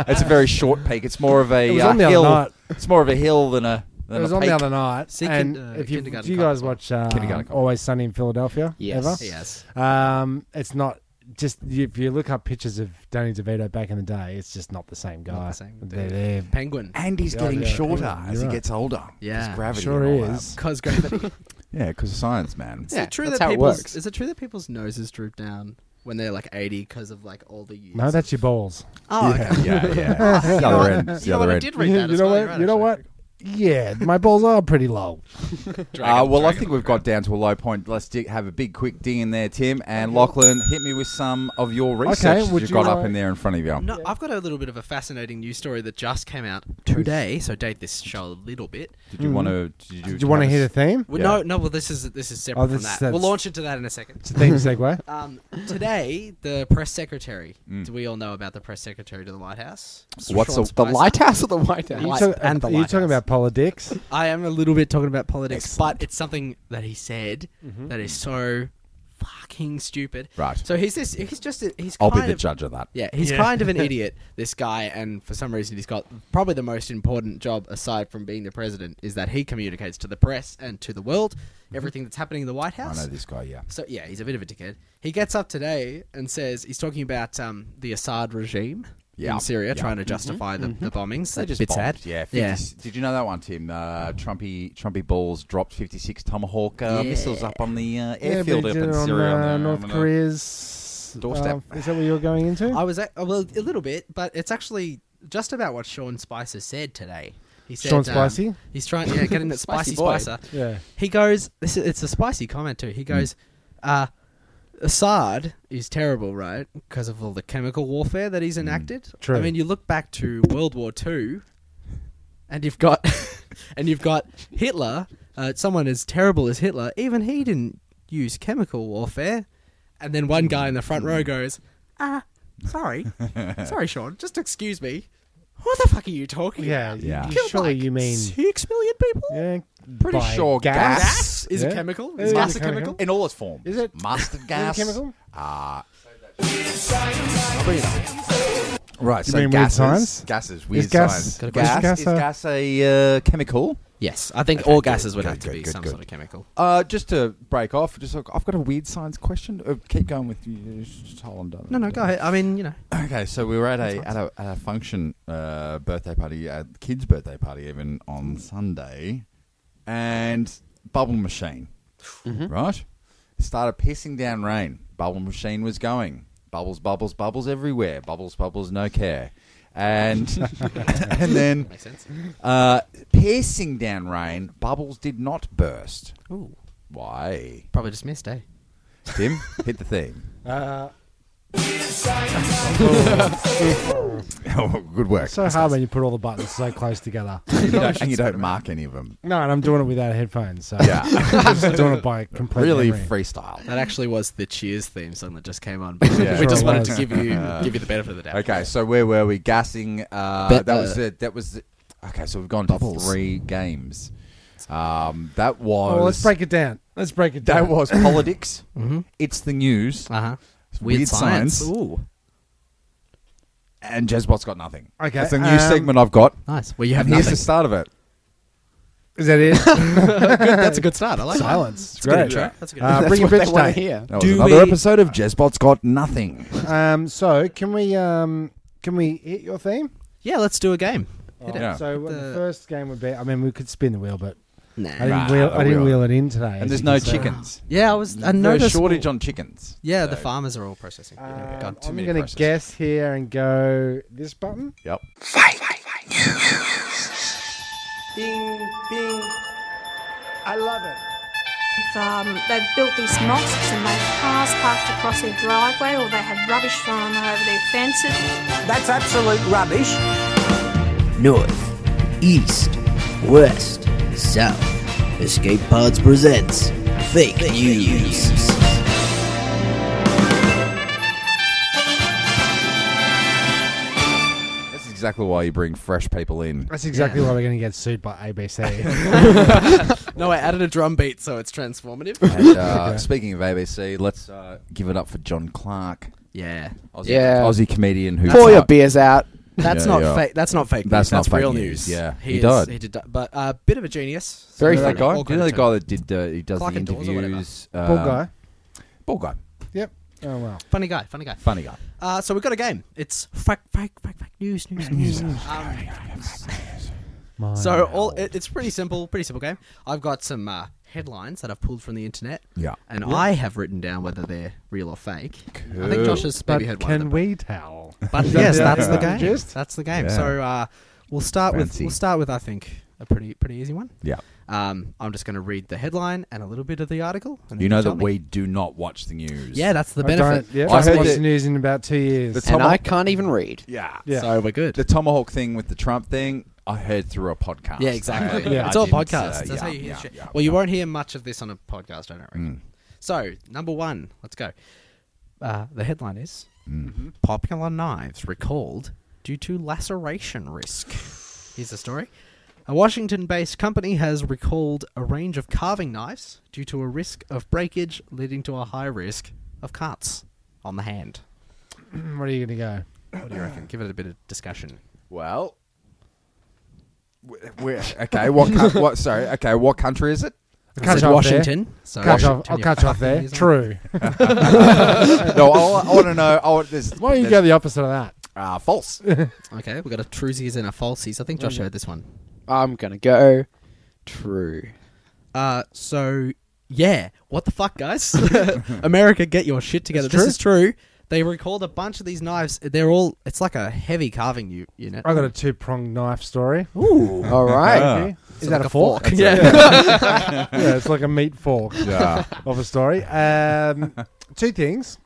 B: it's a very short peak. It's more of a
C: It was
B: uh,
C: on the other
B: hill.
C: night.
B: It's more of a hill than a than
C: It was
B: a
C: on
B: peak.
C: the other night.
E: See,
C: and
E: kin- uh,
C: if you, if
E: kindergarten
C: you guys
E: cop.
C: watch uh,
B: Kindergarten cop.
C: Always Sunny in Philadelphia,
D: Yes.
C: ever,
E: Yes.
C: um, it's not just if you look up pictures of Danny DeVito back in the day, it's just not the same guy.
E: Not the same
C: They're,
E: dude.
C: they're-
E: Penguin.
B: And he's
C: Yeah,
B: getting
C: yeah,
B: shorter
C: yeah,
B: as
C: you're
B: he
C: right.
B: gets older.
E: Yeah.
B: 'Cause gravity
C: Sure
B: and all
C: is.
E: Cause gravity.
B: That. Yeah, because of science, man.
E: Is
D: Yeah,
E: it true
D: that's
E: that
D: how it
E: people's,
D: works.
E: Is it true that people's noses droop down when they're like 80 because of like all the years?
C: no, that's your balls.
E: Oh,
C: Yeah.
E: okay.
B: Yeah, yeah. It's the other end. It's
E: You
B: the
E: know what?
B: other
E: I
B: end.
E: did read that.
C: you
E: as
C: know
E: well,
C: what?
E: you're right,
C: you know what?
E: actually.
C: Yeah, my balls are pretty low.
B: Uh, well, I think we've got down to a low point. Let's dig, have a big, quick ding in there, Tim. And Lachlan, hit me with some of your research that
C: would
B: you've
C: you
B: got up
C: like-
B: in there in front of you.
E: No, I've got a little bit of a fascinating news story that just came out today. So date this show a little bit.
B: Did you want to? Did you,
C: Do Hmm. you want to
B: have
C: hear
B: a
C: the theme?
E: Well,
B: Yeah.
E: No, no. Well, this is this is separate
C: Oh,
E: from
C: this-
E: that.
C: that's-
E: We'll launch into that in a second.
C: It's a theme segue.
E: Um, today, the press secretary.
C: Mm.
E: Do we all know about the press secretary to the White House?
B: What's
E: Sean
B: a-
D: the
E: Spicer?
D: Lighthouse or the White House?
C: You
E: Light-
C: talk-
E: and the
C: Are you talking
E: lighthouse.
C: about politics?
E: I am a little bit talking about politics, but it's something that he said that is so fucking stupid.
B: Mm-hmm. Right.
E: So he's this. He's just. A, he's.
B: I'll be
E: kind
B: the
E: of-
B: judge of that.
E: Yeah, he's kind of an idiot, this guy, and for some reason he's got probably the most important job aside from being the president is that he communicates to the press and to the world everything that's happening in the White
B: Mm-hmm. I
E: House.
B: know this guy. Yeah.
E: So yeah, he's a bit of a dickhead. He gets up today and says he's talking about um, the Assad regime
B: Yeah.
E: in Syria,
B: Yeah. Mm-hmm.
E: trying to justify the, the bombings.
B: They just
E: That's just bit
B: bombed.
E: sad.
B: Yeah, 50,
E: yeah.
B: Did you know that one, Tim? Uh, Trumpy Trumpy balls dropped 56 Tomahawk uh, missiles up on the uh,
C: Yeah, but
B: airfield
C: you
B: up
C: did
B: in
C: it on,
B: Syria.
C: uh,
B: on the-
C: North
B: on the-
C: Korea's
B: doorstep.
C: uh, is that what you're going into?
E: I was at, oh, well a little bit, but it's actually just about what Sean Spicer said today. He said
C: Sean
E: um,
C: Spicy?
E: he's trying yeah getting that
B: Spicy
E: spicy,
B: boy.
E: Spicer.
C: Yeah.
E: He goes. This is, it's a spicy comment too. He goes. Uh, Assad is terrible, right? Because of all the chemical warfare that he's enacted.
C: True.
E: I mean, you look back to World War Two, and you've got, and you've got Hitler. Uh, someone as terrible as Hitler, even he didn't use chemical warfare. And then one guy in the front row goes, "Ah, sorry, sorry, Sean, just excuse me. What the fuck are you talking
C: Yeah,
E: about?
B: Yeah.
C: you-
E: Killed
C: Surely
E: like
C: you mean
E: six million people?
C: yeah,
B: Pretty
C: by
B: sure gas,
E: Gas is
C: Yeah.
E: a chemical.
C: Yeah,
E: Is
C: yeah,
E: gas
C: yeah,
E: a chemical?
B: in all its forms.
C: Is it-
B: mustard gas?
C: chemical?
B: Ah. Right, so
C: mean weird
B: gases,
C: science?
B: gases, weird
C: gas-
B: science.
C: Got a
B: gas,
C: question?
B: is
C: Gas, uh,
B: gas a uh, chemical?
E: Yes, I think all gases would
B: good,
E: have to
B: good,
E: be
B: good,
E: some
B: good.
E: sort of chemical.
B: Uh, just to break off, just look, I've got a weird science question. Uh, keep going with you. Just hold on, don't-
E: No, no, go ahead. I mean, you know,
B: Okay, so we were at a at a, at a function, uh, birthday party, a kid's birthday party, even
E: Hmm.
B: on Sunday, and bubble machine,
E: Mm-hmm.
B: right? Started pissing down rain. Bubble machine was going. Bubbles, bubbles, bubbles everywhere. Bubbles, bubbles, no care. And and then
E: makes sense.
B: uh, piercing down rain, bubbles did not burst.
E: Ooh,
B: Why?
E: probably just missed, eh?
B: Tim, hit the theme.
C: Uh,
B: Oh, good work.
C: so hard when you put all the buttons so close together.
B: And you don't, and you don't mark any of them.
C: No, and I'm doing it without headphones, so
B: Yeah.
C: I'm just doing it by complete
B: really
C: memory.
B: freestyle.
E: That actually was the Cheers theme song that just came on. But
B: Yeah.
E: we
C: Sure
E: just
C: it
E: wanted to
C: was.
E: give you give you the benefit of the doubt.
B: Okay, so where were we? Gassing. Uh,
E: Bet-
B: that was
E: uh,
B: it. That was. It. Okay, so we've gone to three games. Um, that was.
C: Oh, Well, let's break it down. Let's break it down. Mm-hmm.
B: That was politics. It's the news.
E: Uh huh.
B: It's weird science.
E: Ooh,
B: And Jezbot's got nothing.
C: Okay,
B: It's a new
C: um,
B: segment I've got.
E: nice. Well, you have
B: And here's
E: nothing.
B: the start of it.
C: Is that it?
E: That's a good start. I like that.
C: Silence.
E: That's a good
C: Great.
E: intro. That's a good
C: Uh,
E: intro.
C: bring it
D: what they
C: bitch
D: want
C: down.
D: to hear.
B: That was
E: Do
B: another
E: we-
B: episode of Jezbot's got nothing.
C: Um, so can we um, can we hit your theme?
E: Yeah, let's do a game. Hit it.
B: Yeah.
C: So uh, the
E: The-
C: first game would be. I mean, we could spin the wheel, but I
E: Nah.
C: didn't,
B: Nah,
C: wheel,
B: the
C: I didn't
B: wheel.
C: wheel it in today.
B: And
C: as
B: there's
C: you
B: no
C: can see.
B: chickens.
E: Yeah, I was. I
B: There's a
E: noticed.
B: shortage on chickens.
E: Yeah, the
B: So-
E: farmers are all processing.
C: Um,
E: Yeah. God,
B: too
C: I'm
B: many
C: gonna
B: processes.
C: guess here and go this button.
B: Yep.
C: Bing, bing. I love it.
F: If, um, they've built these mosques and they have cars parked across their driveway or they have rubbish thrown over their fences.
G: That's absolute rubbish. North, east, west, south. Escape Pods presents Fake News.
B: exactly why you bring fresh people in.
C: That's exactly why we're going to get sued by ABC.
E: No, I added a drum beat, so it's transformative.
B: And, uh, Speaking of ABC, let's uh, give it up for John Clark,
E: yeah,
B: Aussie,
D: Yeah.
B: Aussie comedian who
D: Pour your beers out.
E: that's
B: Yeah,
E: not
B: yeah.
E: fake. That's not fake.
B: That's
E: That's news.
B: not
E: That's
B: fake
E: real
B: news,
E: news.
B: yeah.
E: he
B: He
E: is-
B: died.
E: He did, di- but a uh, bit of a genius.
D: Very
B: You know that
D: funny.
B: guy?
E: All
B: You know the
E: good.
B: guy that did uh, he does
E: Clark
B: the
E: and Dawes or whatever.
B: interviews?
C: Poor
B: um,
C: guy.
B: Ball guy.
C: Yep. Oh, wow.
E: Funny guy. Funny guy.
B: Funny guy.
E: Uh, so we've got a game. It's fact, fact, fact, fact, news, news, news. Um,
C: My
E: so all it, it's pretty simple, pretty simple game. I've got some uh, headlines that I've pulled from the internet.
B: Yeah.
E: And I have written down whether they're real or fake. I think Josh has
C: But
E: maybe had one. Of
C: can
E: them,
C: we tell?
E: But yes,
C: the-
E: that's the
C: yeah.
E: game.
C: Gist?
E: That's the game.
B: Yeah.
E: So uh, we'll start with
B: Fancy.
E: we'll start with I think a pretty pretty easy one.
B: Yeah.
E: Um, I'm just going to read the headline and a little bit of the article. And
B: You
E: then
B: know
E: tell
B: that
E: me.
B: we do not watch the news.
E: Yeah, that's the
C: I don't.
E: benefit.
C: Yeah,
B: I
C: I
B: heard
C: heard
B: that-
C: the news in about two years.
B: The
D: And I
B: tomahawk-
D: can't even read.
B: yeah.
C: yeah.
E: So we're good.
B: The tomahawk thing with the Trump thing, I heard through a podcast.
E: Yeah, exactly.
B: I-
C: Yeah.
B: I
E: it's all
B: didn't, uh,
E: podcasts. That's
B: yeah,
E: how you hear
B: yeah,
E: shit.
B: yeah,
E: well, you
B: yeah.
E: won't hear much of this on a podcast, I don't reckon. So, number one, let's go. Mm-hmm. Uh, the headline is
B: Mm.
E: Popular Knives Recalled Due to Laceration Risk. Here's the story. A Washington based company has recalled a range of carving knives due to a risk of breakage, leading to a high risk of cuts on the hand.
C: Where are you going to go?
E: What do you reckon? Give it a bit of discussion.
B: Well, we- we're, okay. What? coun- what? Sorry. Okay. What country is it?
C: Cut
E: Said
C: you off there.
E: Washington. So
C: Cut you off, I'll
E: you
C: cut you off there.
E: fucking loser.
C: True.
B: No, I, want to know. I want this.
C: Why don't you go the opposite of that?
B: Uh, false.
E: Okay, we've got a truesies and a falsies. I think Josh heard this one.
D: I'm gonna go. True.
E: Uh, so yeah, what the fuck, guys? America, get your shit together. This is true. They recalled a bunch of these knives. They're all. It's like a heavy carving u- unit.
C: I got a two pronged knife story.
E: Ooh,
D: All right.
B: Yeah.
C: Is that a fork?
E: Yeah.
C: yeah, it's like a meat fork
B: Yeah.
C: of a story. Um, two things.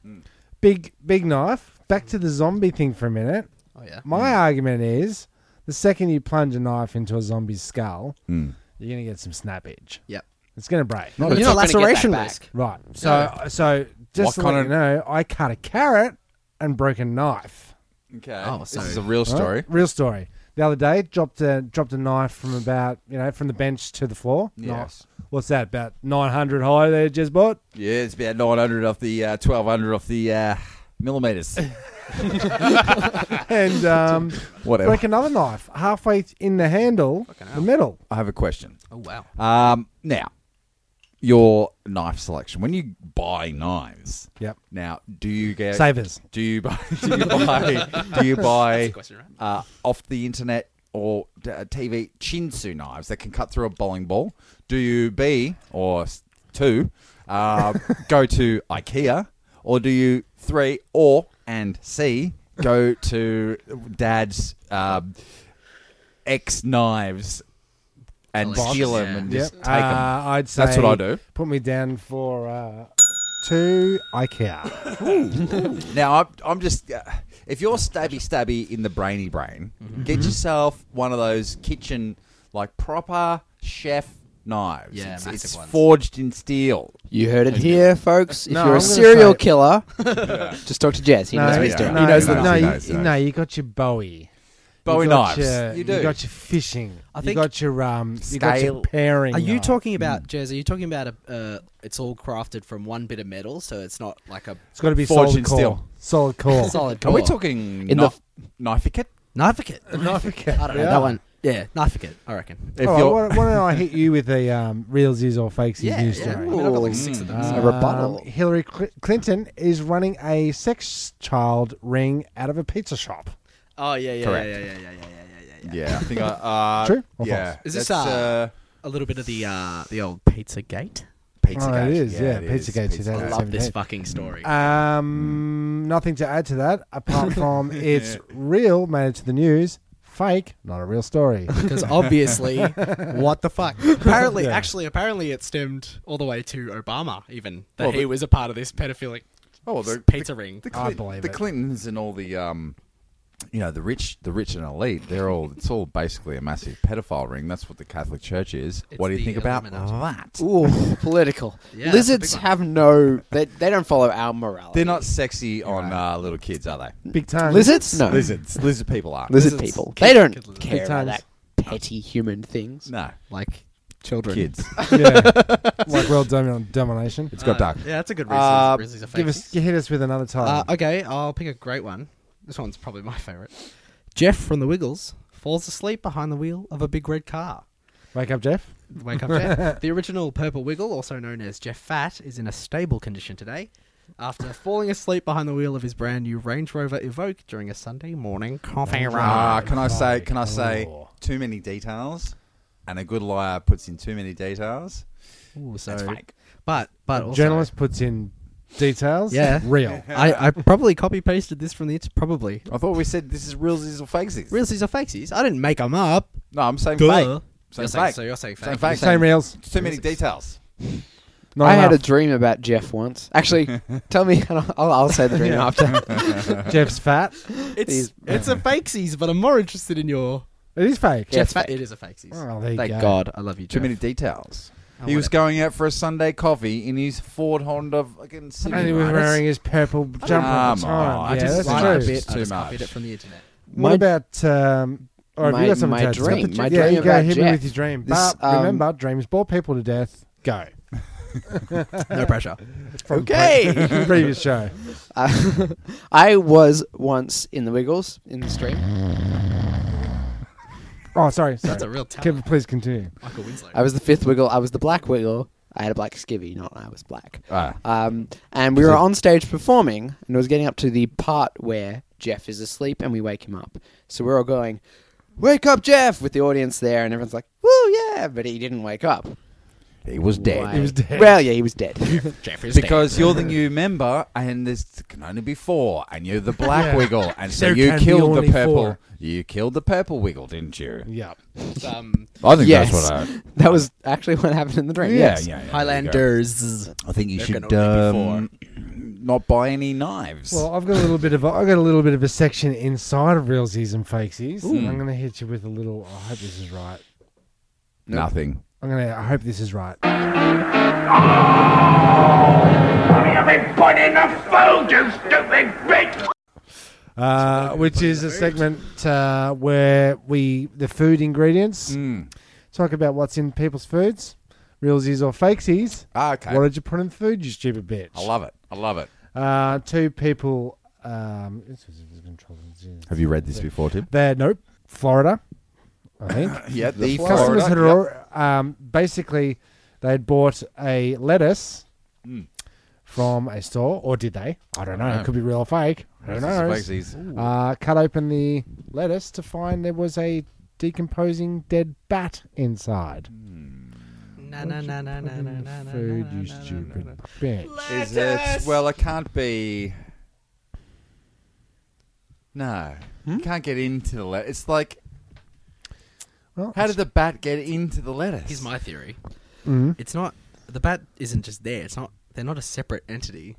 C: Big big knife. Back to the zombie thing for a minute.
E: oh yeah.
C: My
B: Hmm.
C: argument is the second you plunge a knife into a zombie's skull,
B: Mm.
C: you're gonna get some snappage.
E: Yep.
C: It's gonna break.
E: Not you
D: it's
E: know,
D: not gonna get
E: laceration
D: that
E: risk.
C: Right. So so
B: What
C: just to
B: kind
C: let you
B: of-
C: know, I cut a carrot and broke a knife.
B: Okay.
E: Oh,
B: this
E: sorry.
B: is a real
C: Right?
B: story.
C: Real story. The other day, dropped a dropped a knife from about you know from the bench to the floor.
B: Yes.
C: Knife. What's that? About nine hundred high there, just bought.
B: Yeah, it's about 900 off the uh, 1200 off the uh, millimeters.
C: and um,
B: Whatever.
C: broke another knife halfway th- in the handle, the metal.
B: I have a question.
E: Oh wow.
B: Um, now, your knife selection. When you buy knives,
C: Yep.
B: now do you get
C: Savers.
B: Do you buy? Do you buy? do you buy
E: question, right?
B: uh, off the internet or d- uh, TV chinsu knives that can cut through a bowling ball? Do you B or s- two uh, go to IKEA, or do you three or and C go to Dad's um, X knives and
E: Box.
B: steal them
E: Yeah.
B: and
C: Yep.
B: just take
C: Uh,
B: them?
C: I'd say
B: That's what I do.
C: Put me down for uh, two IKEA.
B: Now, I'm, I'm just. Uh, if you're stabby stabby in the brainy brain, get yourself one of those kitchen, like proper chef knives.
E: Yeah,
B: it's,
E: massive
B: it's
E: ones.
B: forged in steel.
D: You heard it here, folks. If
C: No,
D: you're a
C: I'm gonna
D: serial
C: say-
D: killer, just talk to Jez. He knows what he's
B: yeah.
D: doing.
B: He knows the
C: no,
B: knives.
C: you-
B: He knows the
C: no,
B: knives.
C: you got your Bowie.
B: Bowie
C: you got
B: knives.
C: Your,
B: you do.
C: got your fishing.
E: I
C: you
E: think-
C: got your um. You got
B: Scale.
C: your pairing. Oh.
E: Are you
C: knife.
E: talking about Jez? Are you talking about a? Uh, it's all crafted from one bit of metal, so it's not like a
C: It's got to be
B: Forged in
C: solid core.
B: steel.
C: Solid core.
E: solid.
B: Are we
E: core.
B: talking
D: In the-
B: knife, knife kit?
E: Knificat?
C: Knificat,
E: I don't know
C: yeah.
E: that one. Yeah, Knificat. I reckon.
B: If
C: All right,
B: you're-
C: why, why don't I hit you with a um, real Ziz or fake Ziz
E: Yeah,
C: news
E: yeah. I
C: story?
E: mean, I've got like six of them. so-
D: A rebuttal.
C: Um, Hillary Cl- Clinton is running a sex child ring out of a pizza shop.
E: Oh yeah, yeah,
B: Correct.
E: yeah, yeah, yeah, yeah, yeah, yeah, yeah, yeah.
B: Yeah, I think I. Uh,
C: True or
B: Yeah.
C: false?
E: Is this,
B: that's,
E: uh,
B: uh,
E: A little bit of the uh, the old Pizza Gate.
B: Pizzagate?
C: Oh, it is, yeah,
B: it is.
C: Pizzagate
E: I
C: 2000.
B: Pizzagate.
E: love this
C: 17.
E: fucking story.
C: Um, nothing to add to that apart from it's real, made it to the news. Fake, not a real story.
E: Because obviously, what the fuck? Apparently,
C: Yeah.
E: actually, apparently, it stemmed all the way to Obama. Even that
B: Well,
E: he
B: the-
E: was a part of this pedophilic
B: Oh, well, the-
E: pizza ring.
B: The
C: I
B: Clin-
C: believe
B: the
C: it.
B: Clintons and all the um, you know the rich, the rich and elite. They're all. It's all basically a massive pedophile ring. That's what the Catholic Church is.
E: It's
B: what do you
E: the
B: think about
E: Illuminati.
B: that?
D: Ooh, political.
E: Yeah, that's a
D: Lizards
E: big one.
D: have no. They, they don't follow our morality.
B: They're not sexy on uh, little kids, are they?
C: Big time.
D: lizards. No,
B: Lizards, lizard people are.
D: lizard
E: Lizards
D: people.
E: kill-
D: They don't
E: kill lizards.
D: care
C: Big
D: about that
C: times.
D: petty human things.
B: No,
E: like children.
B: kids.
C: Yeah. like world domin- domination.
B: It's got dark.
E: Yeah, that's a good reason.
B: Uh,
E: Grizzlies are
C: Give
E: fake.
C: us hit us with another title.
E: Uh, okay, I'll pick a great one. This one's probably my favorite. Jeff from The Wiggles falls asleep behind the wheel of a big red car.
C: Wake up, Jeff.
E: Wake up, Jeff. the original Purple Wiggle, also known as Jeff Fat, is in a stable condition today after falling asleep behind the wheel of his brand new Range Rover Evoque during a Sunday morning coffee
B: Ah,
E: run.
B: can I say? Can I say?
E: Oh.
B: Too many details, and a good liar puts in too many details.
E: Ooh, so,
B: That's fake.
E: But, but also,
C: Journalist puts in details.
E: Yeah.
C: Real.
E: I, I probably copy pasted this from the internet. Probably.
B: I thought we said this is realsies or fakesies.
E: Realsies or fakesies? I didn't make them up.
B: No, I'm saying
E: Duh.
B: fake. Saying
E: You're saying,
B: fake.
E: so you're saying
B: Saying
E: fake.
B: fake.
C: Same reels.
B: Too many details.
C: Not
D: I had a
C: enough.
D: dream about Jeff once. Actually, tell me, and I'll, I'll say the dream
C: Yeah.
D: after.
C: Jeff's fat.
E: It's
D: These-
E: it's a fakesies, but I'm more interested in your.
C: It is fake.
D: Yeah.
E: It's
D: It's
E: fa-
D: fake.
E: it is a fakesies.
C: Oh, there you
E: Thank
C: go.
E: God, I love you.
B: Too
E: Jeff.
B: many details.
E: Oh,
B: he was
E: whatever.
B: going out for a Sunday coffee in his Ford Honda fucking city.
C: And he was
B: right?
C: wearing his purple jumper at
B: Come on,
C: the
B: I
C: time. Yeah,
B: just
C: that's
B: like
C: true.
E: lied
B: it.
E: a bit. I
B: Too
E: just
B: much.
E: copied it from the internet.
D: My-
C: What about um? Or have
D: My-
C: you got something
D: my
C: to add to that?
D: dream. My
C: yeah,
D: dream
C: you go.
D: about
C: hit me
D: Jeff.
C: with your dream.
D: This,
C: but
D: um,
C: remember, dreams bore people to death. Go.
E: No pressure.
C: From
D: Okay.
C: pre- previous show.
D: Uh, I was once in the Wiggles in the stream.
C: Oh, sorry. sorry.
E: That's a real talent.
C: Kevin, please continue.
E: Michael Winslow.
D: I was the fifth Wiggle. I was the black Wiggle. I had a black skivvy, not I was black.
E: Oh,
B: Ah.
D: Um, and we were on stage performing, and it was getting up to the part where Jeff is asleep, and we wake him up. So we're all going, "Wake up, Jeff!" with the audience there, and everyone's like, "Woo, yeah!" But he didn't wake up.
B: He was
D: Why?
B: dead.
C: He was dead.
D: Well, yeah, he was dead.
E: Jeff is
B: Because you're the new member, and there's can only be four, and you're the black
C: Yeah.
B: wiggle, and so
C: There
B: you
C: can be
B: killed the
C: only
B: purple.
C: four.
B: You killed the purple wiggle, didn't you?
C: Yeah.
E: dead. Um,
B: I think
D: Yes.
B: that's what I.
D: that was actually what happened in the dream.
B: Yeah,
D: yes.
B: yeah, yeah, there you go.
E: Highlanders.
B: I think you
E: There
B: should
E: can only
B: um, not buy any knives.
C: Well, I've got a little bit of a, I've got a little bit of a section inside of realsies and fakesies. And I'm going to hit you with a little. oh, I hope this is right.
B: Nothing.
C: I'm going to. I hope this is right. Uh, which is a segment uh, where we the food ingredients
B: Mm.
C: talk about what's in people's foods, realsies or fakesies.
B: Ah, okay.
C: What did you put in the food, you stupid bitch?
B: I love it. I love it.
C: Uh, two people. Um, this was- this was controlled.
B: Have you read this before, Tim?
C: They're nope, Florida, I think.
B: Yeah, the,
C: Customers
B: Florida.
C: had
B: Yep.
C: al- um, basically they had bought a lettuce
B: Hmm.
C: from a store, or did they? I don't know.
B: know.
C: It could be real or fake. Who knows?
B: This is Vexies.
C: Uh, cut open the lettuce to find there was a decomposing dead bat inside.
B: Hmm.
E: Na na na na na na na na.
C: Food, you stupid bitch.
B: Is it? Well, it can't be. No, you can't get into the lettuce. It's like
C: Well,
B: how did the bat get into the lettuce?
E: Here's my theory.
C: Mhm.
E: It's not the bat isn't just there. It's not. They're not a separate entity.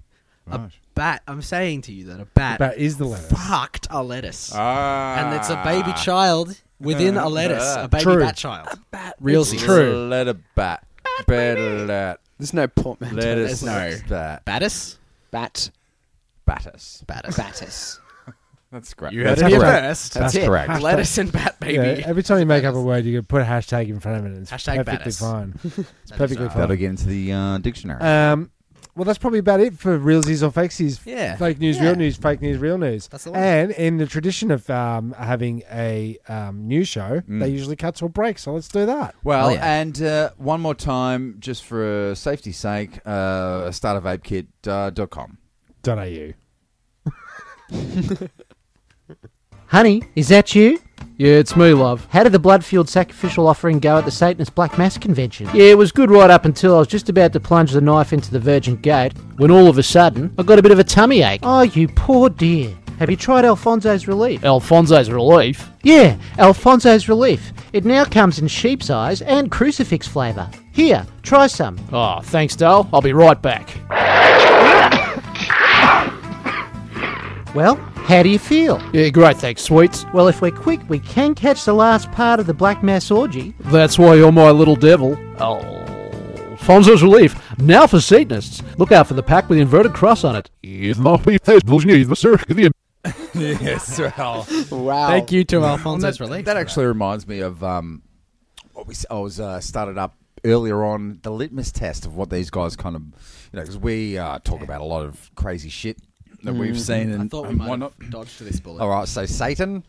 E: A
B: Right.
E: bat. I'm saying to you that a bat,
C: bat is the lettuce.
E: fucked a lettuce,
B: ah,
E: and it's a baby child within a lettuce, a baby
C: True.
E: bat child. bat. Real
C: It's
E: secret.
C: True.
B: Let a bat. Better let
D: There's no portmanteau.
B: let us
E: There's no-
B: bat
E: Battis.
D: Bat
B: batus.
E: Battis.
D: Battis.
B: That's great.
E: You heard
B: That's
E: it here
B: correct.
E: first.
D: That's
B: That's
D: it.
B: correct.
E: Lettuce and bat baby.
C: Yeah, every time you make up a word, you can put a hashtag in front of it. And it's
E: Hashtag
C: perfectly
E: Battis.
C: fine. It's
E: is
C: perfectly
E: right.
C: fine.
B: That'll get into the uh, dictionary.
C: Um, well, that's probably about it for realsies or fakesies.
E: Yeah.
C: Fake news,
E: Yeah.
C: real news, fake news, real news.
E: That's the one.
C: and in the tradition of um, having a um, news show,
B: Mm.
C: they usually cut to a break. So let's do that.
B: Well,
E: Oh, yeah.
B: and uh, one more time, just for uh, safety's sake, uh, startofapekit.com. Uh, .com.
C: Dot au.
H: Honey, is that you?
I: Yeah, it's me, love.
H: How did the Bloodfield sacrificial offering go at the Satanist Black Mass convention?
I: Yeah, it was good right up until I was just about to plunge the knife into the Virgin Gate when all of a sudden I got a bit of a tummy ache.
H: Oh, you poor dear. Have you tried Alfonso's relief?
I: Alfonso's relief.
H: Yeah, Alfonso's relief. It now comes in sheep's eyes and crucifix flavour. Here, try some.
I: Oh, thanks, doll. I'll be right back.
H: Well, How do you feel?
I: Yeah, great, thanks, sweets.
H: Well, if we're quick, we can catch the last part of the Black Mass orgy.
I: That's why you're my little devil. Oh. Fonzo's Relief, now for Satanists. Look out for the pack with the inverted cross on it.
B: yes, well,
D: Wow.
E: Thank you to
B: Well,
E: Alfonso's
B: that,
E: relief.
B: that actually reminds me of um, what we s- I was uh, started up earlier on the litmus test of what these guys kind of you know because we uh, talk about a lot of crazy shit that we've seen and,
E: Mm-hmm. I thought we
B: and
E: might
B: why
E: have
B: not.
E: dodged to this bullet.
B: All right, so Satan,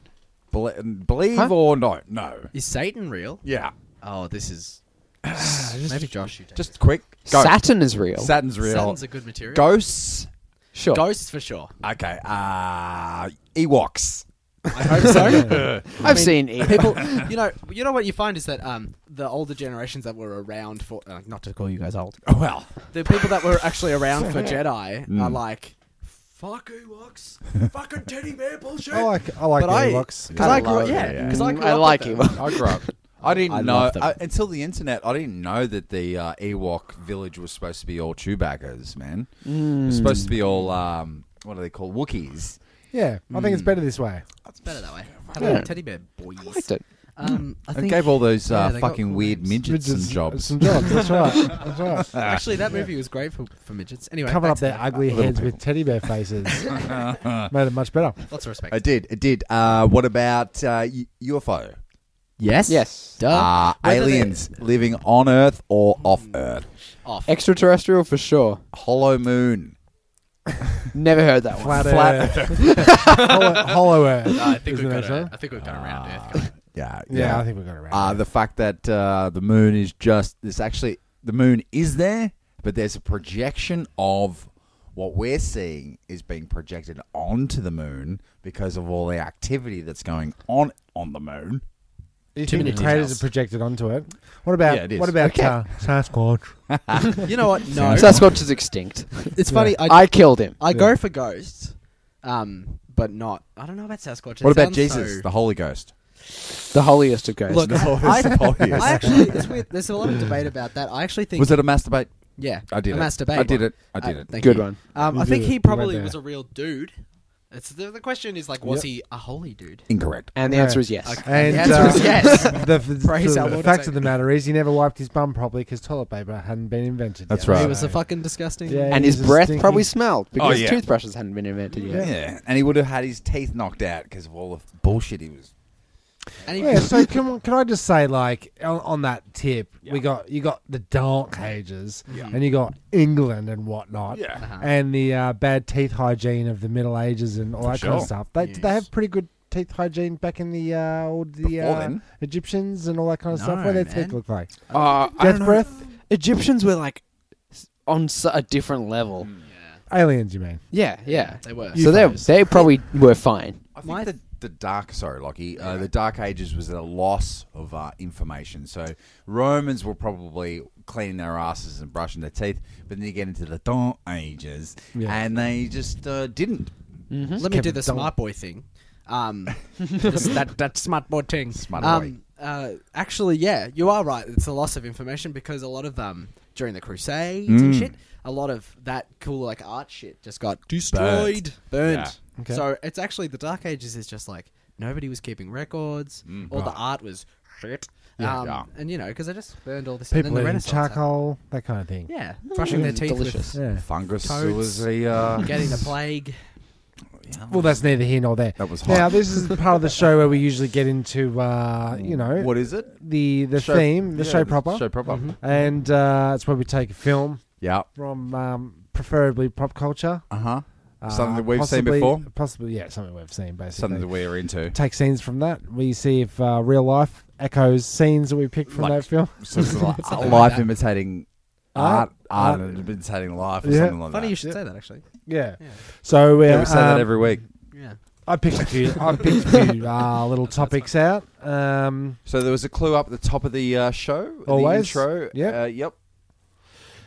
B: bel believe or no, no,
E: Is Satan real?
B: yeah,
E: Oh, this is. Maybe Josh, you take
B: just quick. Go.
D: Saturn is real.
B: Saturn's
E: it.
B: real.
E: Saturn's a good material.
B: Ghosts.
D: sure.
E: Ghosts for sure.
B: Okay. Uh, Ewoks.
E: I hope so.
D: I've seen it.
E: People, you know, you know what you find is that um, the older generations that were around for, uh, not to call you guys old,
B: Well,
E: the people that were actually around for Jedi are like, fuck Ewoks, fucking teddy bear bullshit.
C: I like I like
E: but I,
C: Ewoks.
E: because I grew
D: love
E: up,
D: it.
E: yeah, because I,
D: Mm,
E: grew
D: I
E: up
D: like
E: with them.
D: Ewoks.
B: I grew up. I didn't
E: I
B: know
E: love them.
B: I, until the internet. I didn't know that the uh, Ewok village was supposed to be all Chewbacca's. Man, it was supposed to be all um, what are they called? Wookiees.
C: Yeah, I
E: Mm.
C: think it's better this way.
E: It's better that way. Hello,
D: Yeah.
E: teddy bear boys.
D: I liked it.
E: Um, I
B: It
E: think
B: gave all those
E: yeah,
B: uh,
E: they got
B: fucking
E: cool
B: weird
E: names.
B: midgets some jobs.
C: Some jobs. That's right. That's right.
E: actually that movie was great for, for midgets. Anyway,
C: Covered
E: back
C: up
E: to
C: their
E: the-
C: ugly
B: Little
C: heads with teddy bear faces. Made it much better.
E: Lots of respect.
B: it did. It did. Uh, what about uh, U- UFO?
E: yes.
D: Yes.
E: Duh.
B: Uh,
E: Whether they-
B: aliens living on Earth or off Earth?
E: Off.
D: Extraterrestrial for sure.
B: Hollow Moon.
D: Never heard that one.
C: Flat, Earth. hollow, hollow Earth.
E: Uh, I think
C: Isn't
E: we've
C: that
E: got.
C: so?
E: A, I think we've got around Earth. guys.
B: Yeah,
C: Yeah, I think we got it right.
B: Uh, the fact that uh, the moon is just this actually the moon is there, but there's a projection of what we're seeing is being projected onto the moon because of all the activity that's going on on the moon.
C: You
E: Too
C: think
E: many
C: the craters
E: details.
C: are projected onto it. What about
B: Yeah, it is.
C: what about
D: Okay.
C: uh, Sasquatch?
E: You know what? No.
D: Sasquatch is extinct.
E: it's funny. I,
D: I killed him.
E: I go for ghosts, um, but not. I don't know about Sasquatch. It
B: what about
E: sounds
B: Jesus,
E: so-
B: the Holy Ghost?
D: The holiest of ghosts.
E: Look, I,
B: Holy Ghost.
E: I actually, it's weird. There's a lot of debate about that. I actually think,
B: was it a masturbate?
E: yeah,
B: I did
E: a
B: it.
E: mass debate
B: I did
E: one.
B: it. I did
E: Uh,
B: it.
E: thank
D: Good
E: you.
D: one.
E: Um,
C: You
E: I think
C: did it.
E: he
C: You
E: probably
C: went
E: was
C: there.
E: a real dude. It's the, the question is like, was he a holy dude?
B: Incorrect.
D: and the
C: Yeah.
D: answer is yes.
E: Okay.
C: And uh,
E: the answer is yes.
C: The, f-
E: Praise
C: the
E: our Lord
C: fact
E: and
C: of the matter is, he never wiped his bum properly because toilet paper hadn't been invented.
B: That's
C: yet.
B: right.
E: He was a fucking disgusting.
C: Yeah,
D: And
C: he
D: his
C: was a
D: breath
C: stinky-
D: probably smelled because
B: yeah.
D: toothbrushes hadn't been invented yet.
B: Yeah. and he would have had his teeth knocked out because of all the bullshit he was.
E: And he,
C: Yeah, so can, can I just say, like, on, on that tip, we got you got the Dark Ages, and you got England and whatnot,
B: Yeah.
E: Uh-huh.
C: and the uh, bad teeth hygiene of the Middle Ages and all that
B: sure.
C: kind of stuff. They they have pretty good teeth hygiene back in the uh, old the
B: Before
C: uh,
B: then.
C: Egyptians and all that kind of stuff.
E: No,
C: What their
E: man.
C: teeth look like?
D: Uh,
C: Death breath,
D: Egyptians were like s- on s- a different level.
C: aliens, you mean?
D: Yeah, yeah.
E: they were.
D: So they they probably were fine.
B: I think the, the dark, sorry, Lockie, uh, the Dark Ages was a loss of uh, information. So Romans were probably cleaning their asses and brushing their teeth, but then you get into the Dark Ages,
C: Yeah.
B: and they just uh, didn't.
E: Let me do the smart boy thing. Um, this- that that smart boy thing.
B: Smart
E: Um, uh, actually, yeah, you are right. It's a loss of information because a lot of um during the Crusades and
B: Mm.
E: shit, a lot of that cool like art shit just got destroyed, burned.
B: Yeah.
C: Okay.
E: So it's actually the Dark Ages is just like nobody was keeping records. all the art was shit. um,
B: Mm. Yeah.
E: and you know because they just burned all this. and
C: People
E: then the
C: eating
E: Renaissance happened.
C: charcoal, that kind of thing.
E: Yeah, brushing
B: Mm.
E: their teeth.
D: Delicious.
E: With,
C: Yeah.
B: Fungus
E: Toads.
B: was the. Uh,
E: Getting the plague.
C: Well, that's neither here nor there.
B: That was
C: Now,
B: hot.
C: this is part of the show where we usually get into, uh, you know,
B: what is it?
C: the the
B: Show-
C: theme, the
B: yeah,
C: show proper,
B: Show proper.
E: Mm-hmm.
C: and uh, it's where we take a film
B: Yeah.
C: from, um, preferably pop culture.
B: Uh huh.
C: Uh,
B: Something that we've seen
C: possibly-
B: before.
C: possibly yeah, something we've seen basically.
B: Something that we're into.
C: take scenes from that. We see if uh, real life echoes scenes that we picked from
B: Like-
C: that film.
B: So it's like
E: Something like
B: life
E: that.
B: imitating
C: Art.
B: art, art,
C: Art.
B: imitating life, or
C: Yeah.
B: something like
E: Funny
B: that.
E: you should say that actually.
C: Yeah. So we're,
B: yeah, we say that
C: um,
B: every week.
E: Yeah.
C: I picked a few. I picked a few uh, little topics out. Um,
B: So there was a clue up at the top of the uh, show.
C: Always.
B: The intro.
C: Yep.
B: Uh, yep.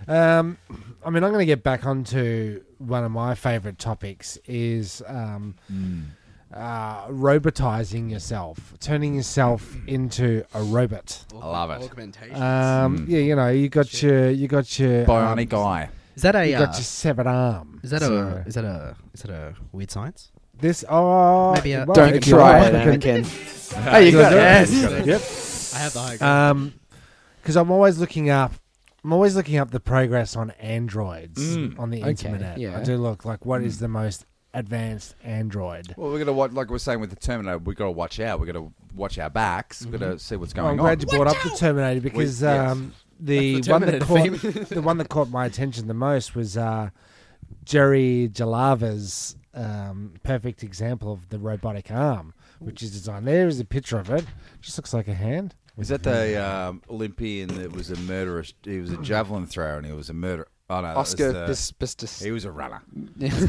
C: Um, I mean, I'm going to get back onto one of my favourite topics is um,
B: Mm.
C: uh, robotizing yourself, turning yourself into a robot.
B: I love it.
E: Augmentation.
D: Mm.
C: Um, Yeah, you know, you got your, you got your, um,
B: Bionic Eye.
E: is that a uh,
C: you got your severed arm.
E: Is that
C: So-
E: a is that a is that a weird science?
C: This oh,
E: Maybe a-
C: well,
E: Don't
C: if
D: Don't
C: you're
D: try it,
C: Republican-
D: Anakin. oh, you got it.
C: Yep.
E: I have the
D: Uh,
E: high ground.
C: Um, because I'm always looking up. I'm always looking up the progress on androids
E: Mm.
C: on the internet.
D: yeah.
C: I do look like what is the most advanced android.
B: Well, we're gonna watch, like we we're saying with the Terminator. We gotta watch out. We gotta watch our backs. We gotta see what's
C: Mm-hmm. Oh, I'm
B: going on.
C: glad you brought up the Terminator because
B: We- yes.
C: um, the,
E: That's the
C: one that
E: Terminator
C: caught the one that caught my attention the most was uh, Jerry Jalava's um, perfect example of the robotic arm, which is designed. There is a picture of it. Just looks like a hand.
B: Is that the um, Olympian that was a murderer? He was a javelin thrower and he was a murderer. Oh no, that was
D: Oscar
B: the-
D: Bis- Bis-
B: he was a runner,
C: Uh,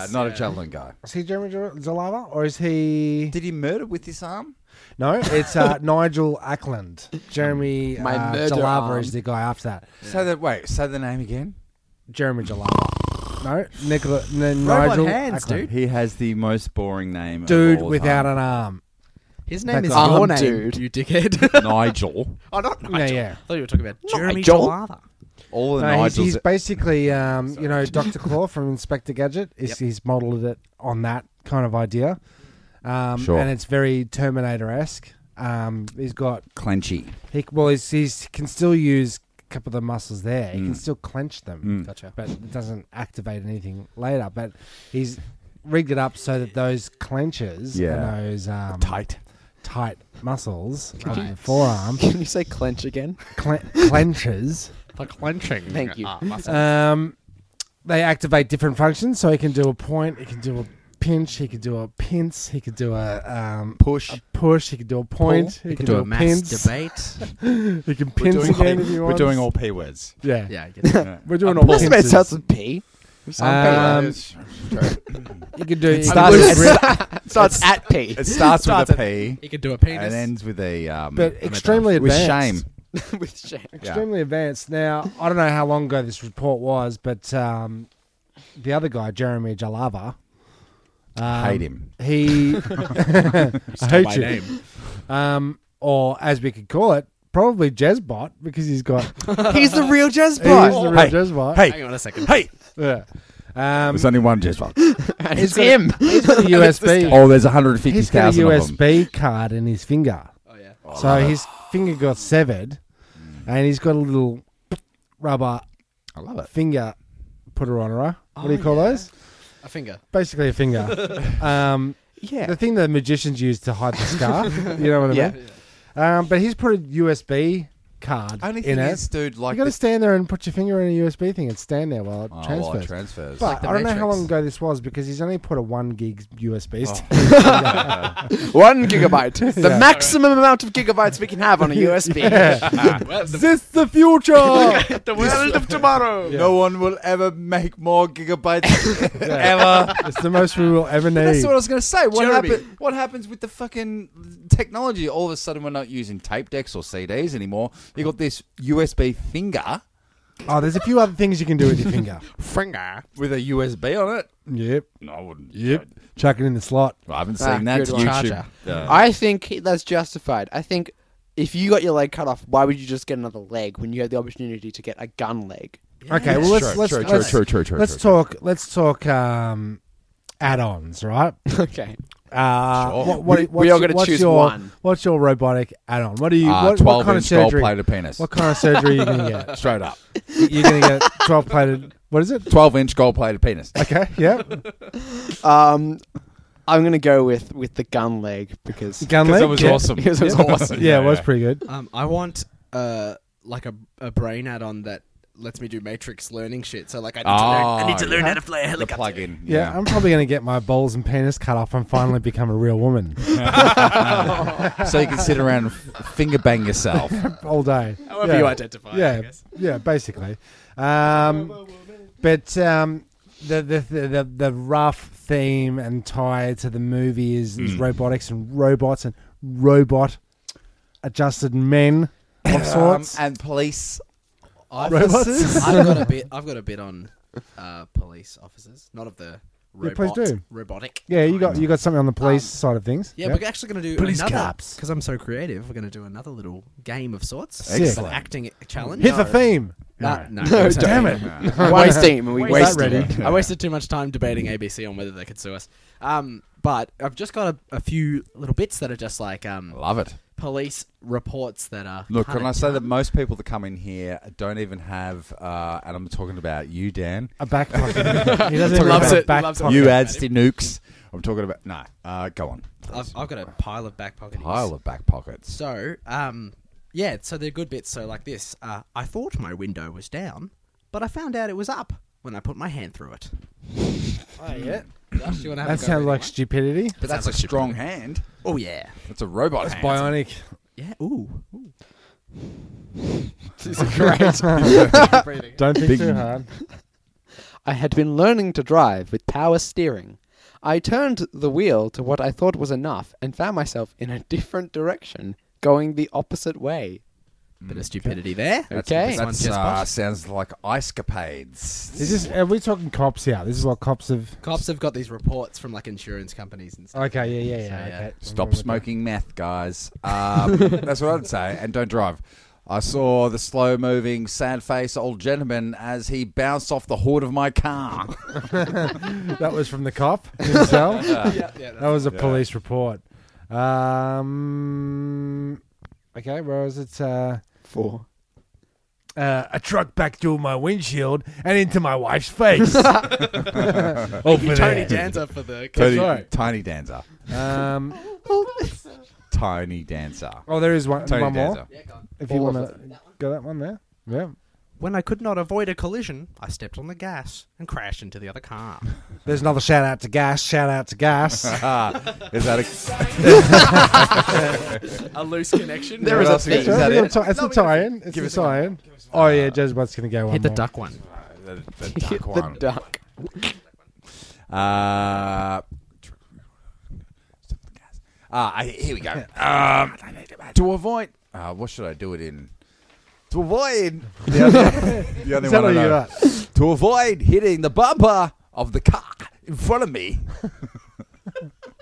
B: Uh, not a javelin guy.
C: is he Jerry Jal- Jalava or is he?
B: Did he murder with this arm?
C: No, it's uh, Nigel Ackland. Jeremy
D: My
C: uh,
D: murder
C: Jalava
D: arm.
C: is the guy after that.
B: Say that. Wait, say the name again.
C: Jeremy Jalava. No, Nicola, n-
B: Robot
C: Nigel
B: hands,
C: Ackland.
B: dude. He has the most boring name.
C: Dude without an arm.
E: His name
C: that's
E: is
C: a-
E: your
D: Um,
E: name,
D: dude.
E: you dickhead.
B: an Nigel.
E: oh, not Nigel.
C: yeah.
E: I thought you were talking about Jeremy
D: Nigel.
E: Jalava.
B: All the
C: No, he's,
B: Nigels.
C: he's basically, um, you know, Doctor Claw from Inspector Gadget. Is
E: Yep.
C: he's modelled it on that kind of idea, um,
B: Sure.
C: and it's very Terminator esque. Um, he's got
B: clenchy.
C: he well, he's, he's can still use a couple of the muscles there. He
B: Mm.
C: can still clench them,
E: Gotcha.
C: but it doesn't activate anything later. But he's rigged it up so that those clenches,
B: Yeah.
C: and those um,
B: Tight.
C: tight muscles of the forearm
D: Can you say clench again?
C: clen clenches.
E: The clenching.
D: Thank you.
C: Um, they activate different functions, so he can do a point, he can do a pinch, he could do a pince, he could do a um,
E: Push.
C: a push, he could do a point, he, could do, a, pince,
E: debate.
C: he can pince again if he
B: we're
C: wants.
B: doing all p words.
C: yeah,
E: yeah, I get it.
C: we're doing all
D: Plus, it
C: pinces.
D: starts with P.
C: Um, you can do it
B: starts
C: starts,
B: with-
D: It starts at P.
B: It starts with a P
E: He could do a penis.
B: and ends with a. Um,
C: but extremely
B: with
C: advanced.
B: shame.
D: with shame.
C: Extremely advanced. Now, I don't know how long ago this report was, but um, the other guy, Jeremy Jalava, um,
B: Hate him.
C: He I hate you. Um, or as we could call it, probably Jezbot because he's got
D: He's the real
C: he's the
D: Jezbot.
C: real
B: Hey,
C: Jezbot.
B: hey.
E: Hang on a second. Hey,
C: Yeah. Um,
B: There's only one just one.
D: And it's
C: got a-
D: him.
C: he's got a USB.
B: Oh, there's 150,000
C: He's got a
B: of them.
C: USB card in his finger,
E: oh yeah,
C: so his finger got severed, and he's got a little rubber
B: I love it.
C: finger putter on her. What do you call those?
E: a finger.
C: Basically, a finger. um,
D: Yeah.
C: the thing that magicians use to hide the scar. you know what I
D: Yeah.
C: mean? Um, but he's put a USB card
B: Only
C: in
B: thing
C: it.
B: is, dude, like
C: you got to
B: this-
C: stand there and put your finger in a USB thing and stand there while it
B: Oh, well,
C: transfers.
B: it transfers.
C: but
E: the
C: I don't know how
E: Matrix.
C: long ago this was because he's only put a one gig USB
B: Oh.
C: stick.
D: One gigabyte. The maximum amount of gigabytes we can have on a USB.
C: Is this the future?
E: The world of tomorrow.
B: No one will ever make more gigabytes ever.
C: it's the most we will ever need.
B: That's what I was going to say. What,
E: Jeremy.
B: happen, what happens with the fucking technology? All of a sudden, we're not using tape decks or CDs anymore. You got this USB finger
C: oh, there's a few other things you can do with your finger.
E: Finger.
B: with a USB on it.
C: yep,
B: No, I wouldn't.
C: yep. Chuck it in the slot.
B: I haven't seen
D: Ah,
B: that
D: good one.
B: YouTube. Uh,
D: I think that's justified. I think if you got your leg cut off, why would you just get another leg when you have the opportunity to get a gun leg?
C: Okay, well let's let's let's,
B: true, true,
C: let's talk let's talk um, add-ons, right?
D: Okay.
C: Uh,
B: Sure.
C: what, what,
D: We-
C: what's
D: we are
C: your-
D: gonna
C: what's
D: choose
C: your,
D: one.
C: What's your robotic add-on? What do you?
B: Uh,
C: what,
B: Twelve
C: what kind of
B: inch gold
C: surgery?
B: plated penis.
C: What kind of surgery are you gonna get?
B: Straight up.
C: You're gonna get twelve plated. What is it?
B: Twelve inch gold plated penis.
C: Okay. Yeah.
D: Um, I'm gonna go with with the gun leg because
C: Gun
B: Because
C: leg.
B: that was
C: yeah.
B: awesome.
D: because it was awesome.
C: Yeah, it was pretty good.
E: Um, I want uh like a, a brain add-on that lets me do matrix learning shit. So like I need to learn. I need to
B: Oh,
E: learn how to fly a
B: The
E: helicopter.
B: plug in.
C: Yeah, I'm probably gonna get my balls and penis cut off and finally become a real woman
B: so you can sit around and f- finger bang yourself.
C: all day.
E: However
C: yeah.
E: you identify.
C: Yeah,
E: I guess.
C: yeah, basically. Um, but um, the, the the the the rough theme and tie to the movie is, is
E: Hmm.
C: robotics and robots and robot adjusted men
E: Um,
C: of sorts.
B: Um, and police
C: Robots?
E: I've got a bit. I've got a bit on uh, police officers, not of the
C: Yeah,
E: robot,
C: please do.
E: robotic.
C: Yeah, you got you got something on the police side of things.
E: Um, Yeah, we're actually going to do
C: Police
E: another
C: cops.
E: because I'm so creative. We're going to do another little game of sorts,
C: Sick.
E: an acting challenge.
C: Hit the theme. Uh,
E: No, no,
D: No,
E: it's-
D: damn it. Waste steam. We
C: Waste
D: wasted
C: that,
D: it.
E: I wasted too much time debating ABC on whether they could sue us. Um, but I've just got a, a few little bits that are just like um,
B: Love it.
E: police reports that are.
B: Look,
E: kinda
B: can I say that
E: dumb.
B: most people that come in here don't even have, uh, and I'm talking about you, Dan.
C: A back pocket. he doesn't even
E: Loves
C: have a
E: it,
C: Back
E: loves it.
C: pocket.
B: You
E: Okay.
B: ads to nukes. I'm talking about no. Uh, go on.
E: I've, I've got a pile of back pockets.
B: pile of back pockets.
E: So, um, yeah, so they're good bits. So, like this, uh, I thought my window was down, but I found out it was up when I put my hand through it. Oh, Josh, you wanna have a
C: That
E: go
C: sounds
E: at
C: like
E: it?
C: stupidity.
B: But that's a
E: Sounds like
B: strong hand.
E: Oh yeah,
B: That's a robot hand.
C: Bionic.
E: yeah. Ooh, ooh.
C: Don't think
B: Big-
C: too hard.
D: I had been learning to drive with power steering. I turned the wheel to what I thought was enough and found myself in a different direction, going the opposite way.
E: bit of stupidity there.
D: okay.
E: Someone
B: That's
E: just
B: uh,
E: bust.
B: sounds like ice capades.
C: Is this? Are we talking cops here? This is what cops have.
E: Cops have got these reports from like insurance companies and stuff.
C: Okay. Yeah. Yeah.
E: So,
C: Yeah.
E: yeah.
C: okay.
B: Stop smoking meth, guys. Um, that's what I'd say. And don't drive. I saw the slow moving, sad faced old gentleman as he bounced off the hood of my car.
C: That was from the cop himself.
E: yeah,
C: That was a police report. Um, okay, where was it? Uh,
D: Four.
C: uh, a truck backed through my windshield and into my wife's face. Over
E: Tony
C: there.
E: Danza for the.
B: Tony,
C: right.
B: Tiny Dancer.
C: Um,
B: Tiny Dancer.
C: oh, there is one,
B: Tony
C: one more.
B: Danza.
C: If you want to go that one there. Yeah.
E: When I could not avoid a collision, I stepped on the gas and crashed into the other car.
C: There's another shout out to gas. Shout out to gas.
B: Ah, is that a,
E: a loose connection.
B: There is a thing. Is
C: So I
B: that
C: think I'm
B: it?
C: ti- it's the tie-in. It's the tie-in. Oh yeah, Jezebel's gonna go one
E: Hit the
C: more.
E: duck one.
B: the, the duck
D: Hit
B: one?
D: the duck.
B: Uh, Ah, I- here we go. Um, to avoid, uh, what should I do it in? To avoid the only, the only
C: that
B: one I
C: all you
B: know. To avoid hitting the bumper of the car in front of me,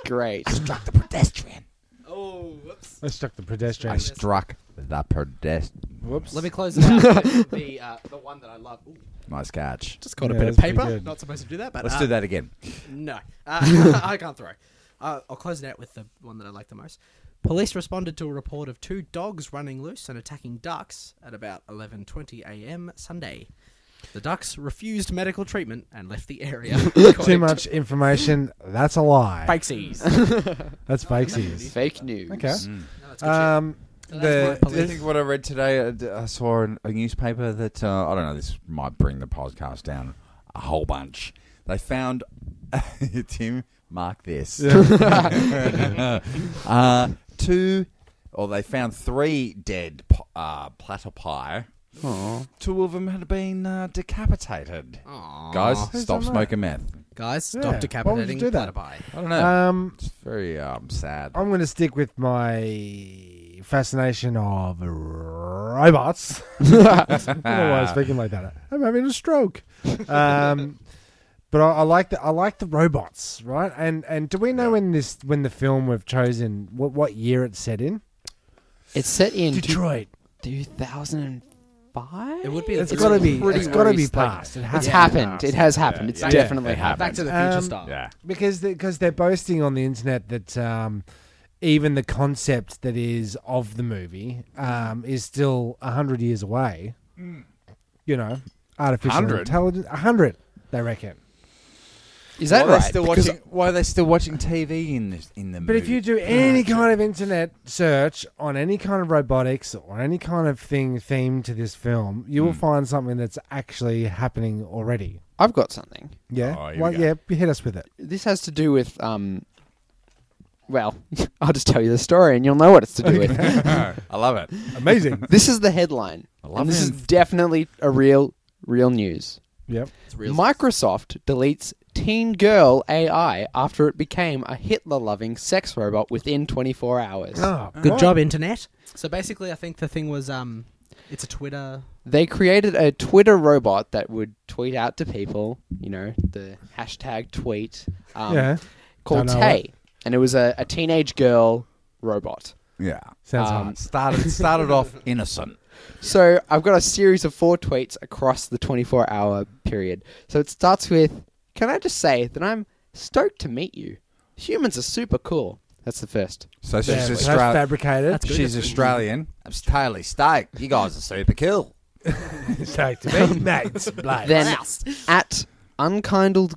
D: Great.
B: struck the pedestrian.
E: Oh, whoops.
C: I struck the pedestrian.
B: I struck the pedestrian.
C: Whoops.
E: Let me close it out. with the, uh, the one that I love. Ooh,
B: Nice catch.
E: just got a
C: Yeah,
E: bit of
C: that's pretty
E: paper.
C: good.
E: Not supposed to do that, but
B: Let's
E: uh,
B: do that again.
E: No, uh, I can't throw. Uh, I'll close it out with the one that I like the most. Police responded to a report of two dogs running loose and attacking ducks at about 11:20 a.m. Sunday. The ducks refused medical treatment and left the area.
C: Too much information. That's a lie.
E: Fakesies.
C: That's fakesies.
D: Fake news. Mm.
C: Okay.
E: No, that's good
C: Um,
E: shit. That's
C: the-
E: my
B: I
E: police.
B: think what I read today, uh, d- I saw in a newspaper that uh, I don't know. This might bring the podcast down a whole bunch. They found Tim. Mark this. uh, two, or they found three dead p- uh, platypi. Two of them had been uh, decapitated.
E: Aw.
B: Guys,
C: Who's
B: stop
C: done that?
B: smoking meth.
E: Guys, stop
C: Yeah, why would you
E: decapitating
C: do that?
E: platypi.
B: I don't know.
C: um,
B: it's very um, sad.
C: I'm going to stick with my fascination of robots. I don't know why I'm speaking like that. I'm having a stroke. Um, but I, I like the I like the robots, right? And and do we know when this when the film we've chosen what what year it's set in?
D: It's set in
C: Detroit.
D: 2005?
E: It would be.
C: It's got to be.
D: pretty
C: It's got to be
D: recent.
C: past. It has
D: It's
C: to be
D: happened.
C: past.
D: It has happened. It's
B: Yeah,
D: definitely
B: it
D: happened.
E: Back to the future
C: Um,
E: style.
B: yeah.
C: because because they're boasting on the internet that um, even the concept that is of the movie um, is still hundred years away. You know, artificial
B: 100?
C: intelligence. hundred, they reckon.
D: Is that
B: why Are
D: right?
B: they still
D: Because
B: watching, why are they still watching TV in this, in the
C: But
B: movie?
C: if you do any kind of internet search on any kind of robotics or any kind of thing themed to this film, you will find something that's actually happening already.
D: I've got something.
C: Yeah,
B: Oh, here we
C: well,
B: go.
C: yeah, hit us with it.
D: This has to do with um. Well, I'll just tell you the story, and you'll know what it's to do with.
B: I love it.
C: Amazing.
D: This is the headline,
B: love
D: and this is
B: it.
D: definitely a real, real news.
C: yep.
E: It's real.
D: Microsoft deletes Teen Girl AI after it became a Hitler-loving sex robot within 24 hours.
C: Oh,
E: Good
C: what?
E: job, internet. So basically, I think the thing was um, it's a Twitter.
D: They created a Twitter robot that would tweet out to people, you know, the hashtag tweet, um,
C: Yeah.
D: called
C: Don't know
D: Tay, and it was a, a teenage girl robot.
B: Yeah.
C: Sounds
D: Um,
C: hot.
B: Started started off innocent.
D: So I've got a series of four tweets across the 24 hour period. So it starts with Can I just say that I'm stoked to meet you? Humans are super cool. That's the first.
B: So she's
C: That's
B: Australian.
C: fabricated.
B: She's Australian. I'm totally stoked. You guys are super cool.
C: Stoked to be mates, bloke.
D: Then at unkindled,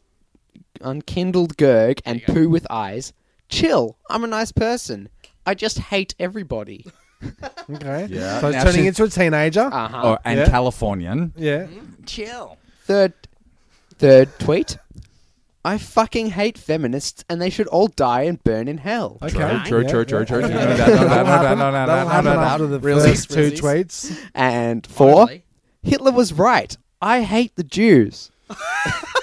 D: unkindled Gerg and poo with eyes. Chill. I'm a nice person. I just hate everybody.
C: Okay.
B: Yeah.
C: So
B: Now
C: turning
B: she-
C: into a teenager.
D: Uh huh.
B: Oh, and
C: Uh-huh. Yeah.
B: Californian.
C: yeah.
A: Chill.
D: Third, third tweet. I fucking hate feminists, and they should all die and burn in hell.
C: Okay.
B: True,
C: Yeah,
B: true,
C: yeah.
B: true, true, true.
C: Okay.
B: No, no, no, no,
C: That'll
B: no,
C: happen.
B: no, no,
C: That'll
B: no,
C: happen
B: no, no.
C: after the
E: Really?
C: first two
E: Really?
C: tweets.
D: And four,
E: Finally.
D: Hitler was right. I hate the Jews.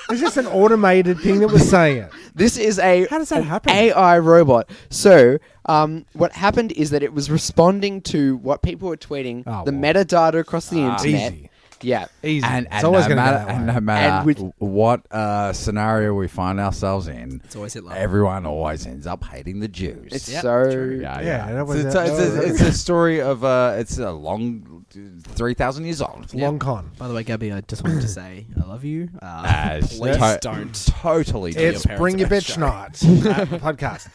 C: It's just an automated thing that was saying it.
D: This is a
C: How does that
D: an
C: happen?
D: AI robot. So, um, what happened is that it was responding to what people were tweeting,
C: Oh,
D: the
C: well.
D: metadata across the
B: Ah,
D: internet.
C: Ah, Easy.
D: Yeah.
C: Easy.
B: And,
C: it's
B: and,
C: always
B: no
C: going to
B: matter,
C: go that
B: and
C: way.
B: no matter
D: And with-
B: w- what uh, scenario we find ourselves in,
E: It's always Hitler.
B: everyone always ends up hating the Jews.
D: It's
E: Yep,
D: so
B: yeah,
C: Yeah, that was
B: it's,
C: a-
B: it's,
C: that was
B: a,
C: a-
B: it's a story of uh, it's a long, three thousand years old.
C: Long con.
E: By the way, Gabby, I just wanted to say I love you. Uh,
B: Ah, it's
E: please
B: to-
E: don't.
B: Totally,
C: It's
B: Jewish.
E: parents
C: Bring Your
E: about
C: Bitch Night uh, podcast.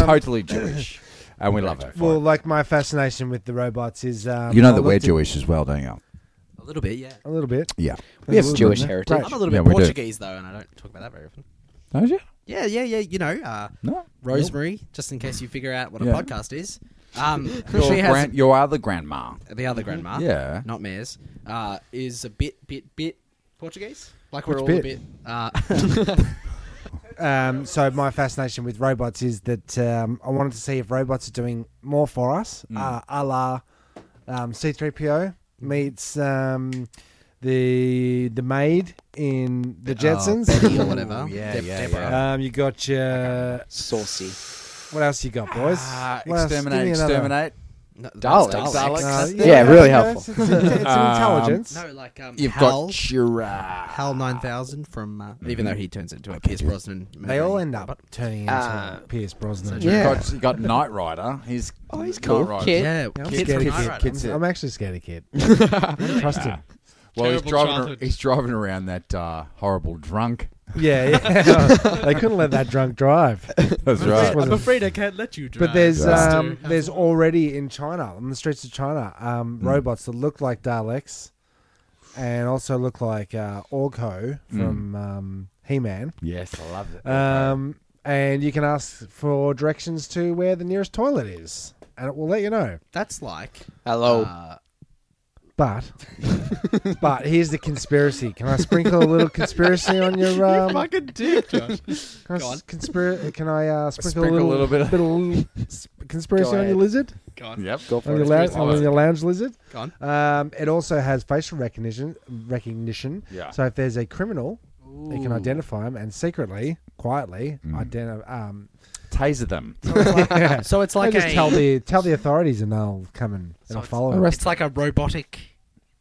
C: Um,
B: totally Jewish, and we love her. for
C: Well,
B: it.
C: like my fascination with the robots is. Um,
B: you know
C: I
B: that we're
C: looked at-
B: Jewish as well, don't you?
E: A little bit, yeah.
C: A little bit.
B: Yeah.
D: We have
C: Little bit,
D: Jewish
C: yeah.
D: heritage.
E: I'm a little
B: Yeah,
E: bit
B: we do.
E: Portuguese though, and I don't talk about that very often.
B: Don't you?
E: Yeah, yeah, yeah. You know, uh,
B: No.
E: Rosemary. Just in case you figure out what a
B: Yeah.
E: podcast is, um,
B: Your,
E: she has
B: grand, your other grandma.
E: the other grandma.
B: Yeah.
E: not Mares. Uh, is a bit, bit, bit Portuguese. Like we're all a
C: Which
E: bit.
C: bit?
E: Uh,
C: Um, so my fascination with robots is that um, I wanted to see if robots are doing more for us, uh, a la um, C-3PO meets um, the the maid in the Jetsons.
E: Betty or whatever.
B: yeah,
E: Deb-
B: yeah,
E: Deborah.
C: Um, you got your
D: Saucy.
C: what else you got, boys?
B: Ah,
C: What else? Give me
B: exterminate,
C: another-
B: exterminate.
E: No, that's
D: Daleks.
E: Daleks.
C: Uh,
D: Yeah, really helpful.
C: It's, it's- it's an
B: Um,
C: intelligence.
E: No, like um,
B: You've
E: Hal,
B: got Shira.
E: Hal nine thousand from. Uh, Even though he turns into a Pierce Brosnan.
C: they all
E: murdering
C: end up
E: robot.
C: turning into
D: Uh,
C: Pierce Brosnan.
D: Yeah.
B: You've got, you got Knight Rider. He's
D: Oh, he's
B: Knight
D: cool.
B: Rider.
D: Kid.
E: Yeah,
C: I'm
E: Kid
C: scared of
E: from Knight
C: kid.
E: Rider.
B: Kid's it.
C: I'm, I'm actually scared of kid. I don't trust him.
B: Well, he's
E: Terrible
B: driving.
E: childhood.
B: He's driving around that uh, horrible drunk.
C: Yeah, yeah. they couldn't let that drunk drive.
B: That's
C: right.
E: I'm afraid I can't let you. Drive.
C: But there's
B: Right.
C: um, there's already in China on the streets of China um, robots that look like Daleks, and also look like uh, Orko from um, He-Man.
B: Yes, I love it.
C: Um, and you can ask for directions to where the nearest toilet is, and it will let you know.
E: That's like
D: Hello.
E: uh,
C: But but here's the conspiracy. Can I sprinkle a little conspiracy on your um,
E: fucking dick, Josh.
C: Can I,
E: Go on.
C: s- conspira- can I uh, sprinkle,
B: Sprinkle
C: a little,
B: bit of-
C: bit of little s- conspiracy
D: Go
C: on your
D: ahead.
C: lizard?
E: Go on.
B: Yep.
D: Go for
C: On your,
D: it.
C: lounge,
B: Conspiracy.
C: on your lounge lizard?
E: Go on.
C: Um, it also has facial recognition. recognition.
B: Yeah.
C: So if there's a criminal, it can identify him and secretly, quietly, identi- um,
B: Taser them.
E: So it's like
C: they just
E: a
C: tell the tell the authorities and they'll come and they'll
E: it's-
C: follow him.
E: it's like a robotic